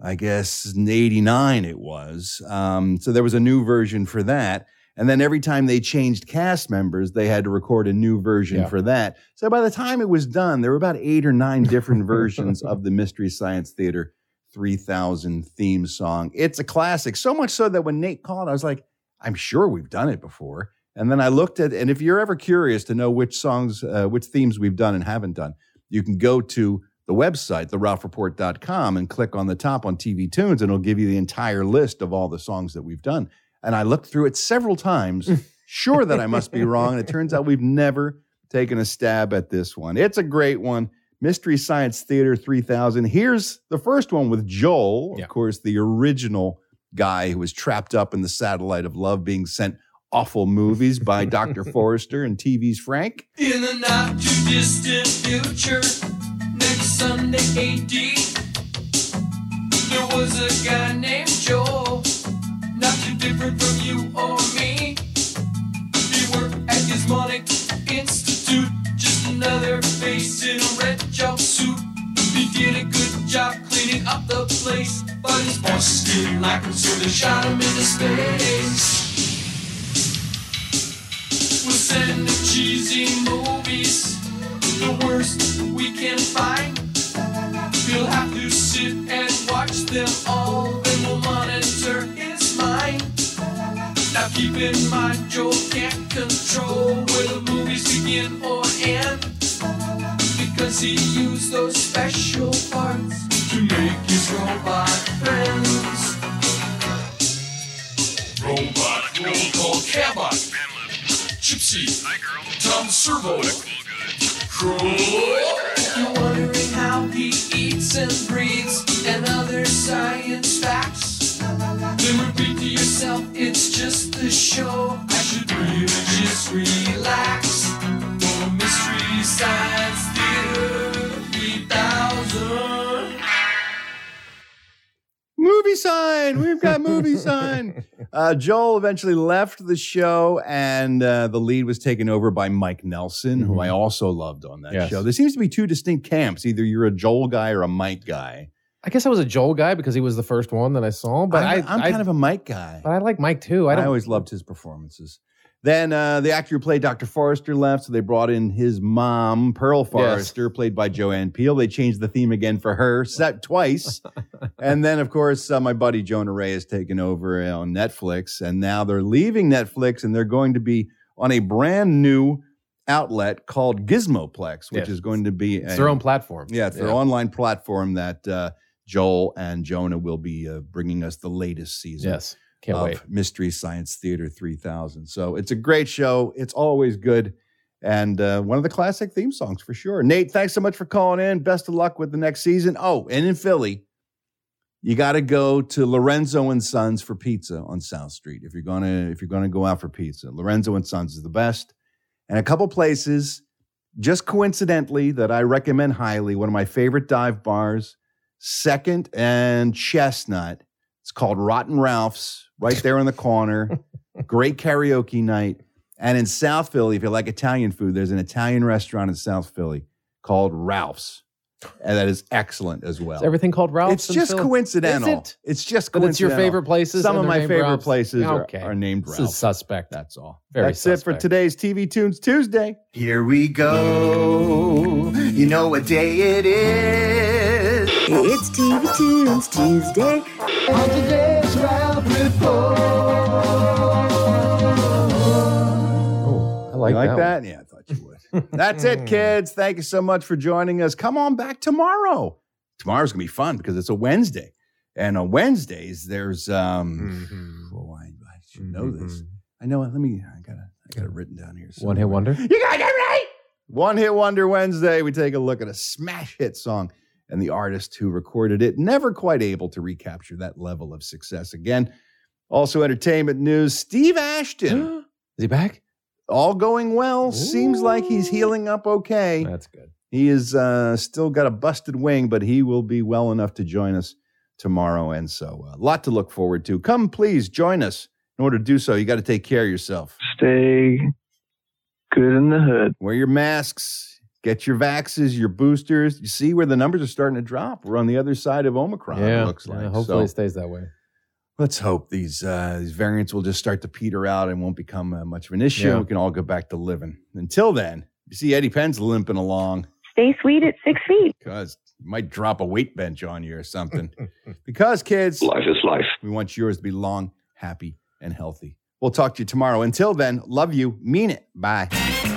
B: I guess, 89 it was. Um, so there was a new version for that. And then every time they changed cast members, they had to record a new version
C: Yeah.
B: for that. So by the time it was done, there were about eight or nine different versions of the Mystery Science Theater 3000 theme song. It's a classic, so much so that when Nate called, I was like, I'm sure we've done it before. And then I looked at, and if you're ever curious to know which songs, uh, which themes we've done and haven't done, you can go to the website, theralphreport.com, and click on the top on TV Tunes, and it'll give you the entire list of all the songs that we've done. And I looked through it several times, sure that I must be wrong. And it turns out we've never taken a stab at this one. It's a great one. Mystery Science Theater 3000. Here's the first one with Joel, of course, the original guy who was trapped up in the satellite of love being sent awful
C: [LAUGHS]
B: movies by Dr. Forrester and TV's Frank.
G: In the not too distant future, next Sunday AD, there was a guy named Joel, not too different from you or me. He worked at his Monic Institute, just another face in a red jumpsuit. He did a good job cleaning up the place, but his boss didn't like him, so they shot him into space. We'll send the cheesy movies, the worst we can find. He'll have to sit and watch them all, then we'll monitor his mind. Now keep in mind, Joe can't control where the movies begin or end, because he used those special parts to make his robot friends. Robot, roll call, cabot. Gypsy, Tom Servo, Crow. You're wondering how he eats and breathes and other science facts. Then repeat to yourself, it's just the show. I should really just relax. For Mystery Science Theater 3000.
B: Movie sign. We've
C: [LAUGHS]
B: got movie sign. Uh, Joel eventually left the show, and uh, the lead was taken over by Mike Nelson, who I also loved on that
C: Mm-hmm. Yes.
B: show. There seems to be two distinct camps: either you're a Joel guy or a Mike guy.
C: I guess I was a Joel guy because he was the first one that I saw, but
B: I'm,
C: I,
B: am
C: I-
B: kind of a Mike guy.
C: But I like Mike too. I,
B: I,
C: don't, [LAUGHS]
B: always loved his performances. Then uh, the actor who played Dr. Forrester left, so they brought in his mom, Pearl Forrester, played by Joanne Peel. They changed the theme again for her [LAUGHS] set
C: [LAUGHS]
B: twice. and then, of course, uh, my buddy Jonah Ray has taken over uh, on Netflix, and now they're leaving Netflix and they're going to be on a brand new outlet called Gizmoplex, which
C: Yes.
B: is going to be
C: it's
B: a-
C: their own platform.
B: yeah, it's their online platform that uh, Joel and Jonah will be uh, bringing us the latest season.
C: Yes. Can't
B: of
C: wait.
B: Mystery Science Theater 3000. So it's a great show. It's always good. And uh, one of the classic theme songs for sure. Nate, thanks so much for calling in. Best of luck with the next season. Oh, and in Philly, you got to go to Lorenzo and Sons for pizza on South Street if you're gonna if you're gonna go out for pizza. Lorenzo and Sons is the best, and a couple places just coincidentally that I recommend highly. One of my favorite dive bars, Second and Chestnut. It's called Rotten Ralph's, right there in the [LAUGHS] corner. Great karaoke night. And in South Philly, if you like Italian food, there's an Italian restaurant in South Philly called Ralph's. And that is excellent as well.
C: Is everything called Ralph's?
B: It's
C: in
B: just
C: Philly?
B: coincidental.
C: Is it?
B: It's just
C: But
B: coincidental.
C: it's your favorite places.
B: Some
C: and
B: of
C: they're
B: my
C: named
B: favorite
C: Ralph's?
B: places are-
C: okay.
B: are, named
C: This
B: Ralph's.
C: is suspect.
B: That's all.
C: Very
B: That's it for
C: suspect.
B: today's TV Tunes Tuesday.
W: Here we go. You know what day it is.
X: It's TV Tunes Tuesday. On today's Ralph Report.
C: Oh, I like,
J: You like
C: that,
J: that? Yeah, I thought you would. That's
C: [LAUGHS]
J: it, kids. Thank you so much for joining us. Come on back tomorrow. Tomorrow's gonna be fun because it's a Wednesday, and on Wednesdays there's um.
C: Mm-hmm. Hmm.
J: Oh, I, I should know this. I know. it. Let me. I gotta. I got it written down here.
C: One hit wonder.
J: You got it right. One Hit Wonder Wednesday, we take a look at a smash hit song and the artist who recorded it, never quite able to recapture that level of success again. Also, entertainment news Steve
C: [GASPS]
J: Ashton.
C: Is he back?
J: All going well. Seems like he's healing up okay.
C: That's good.
J: He is uh, still got a busted wing, but he will be well enough to join us tomorrow. And so, a lot to look forward to. Come, please join us. In order to do so, you got to take care of yourself.
Y: Stay good in the hood.
J: Wear your masks, get your vaxes, your boosters. You see where the numbers are starting to drop. We're on the other side of Omicron, it looks like.
C: hopefully
J: So
C: it stays that way.
J: let's hope these, uh, these variants will just start to peter out and won't become uh, much of an issue.
C: Yeah.
J: We can all go back to living. Until then, you see Eddie Penn's limping along
G: Stay sweet at six feet.
J: because he might drop a weight bench on you or something. because, kids, life is life. We want yours to be long, happy, and healthy. We'll talk to you tomorrow. Until then, love you, mean it. Bye.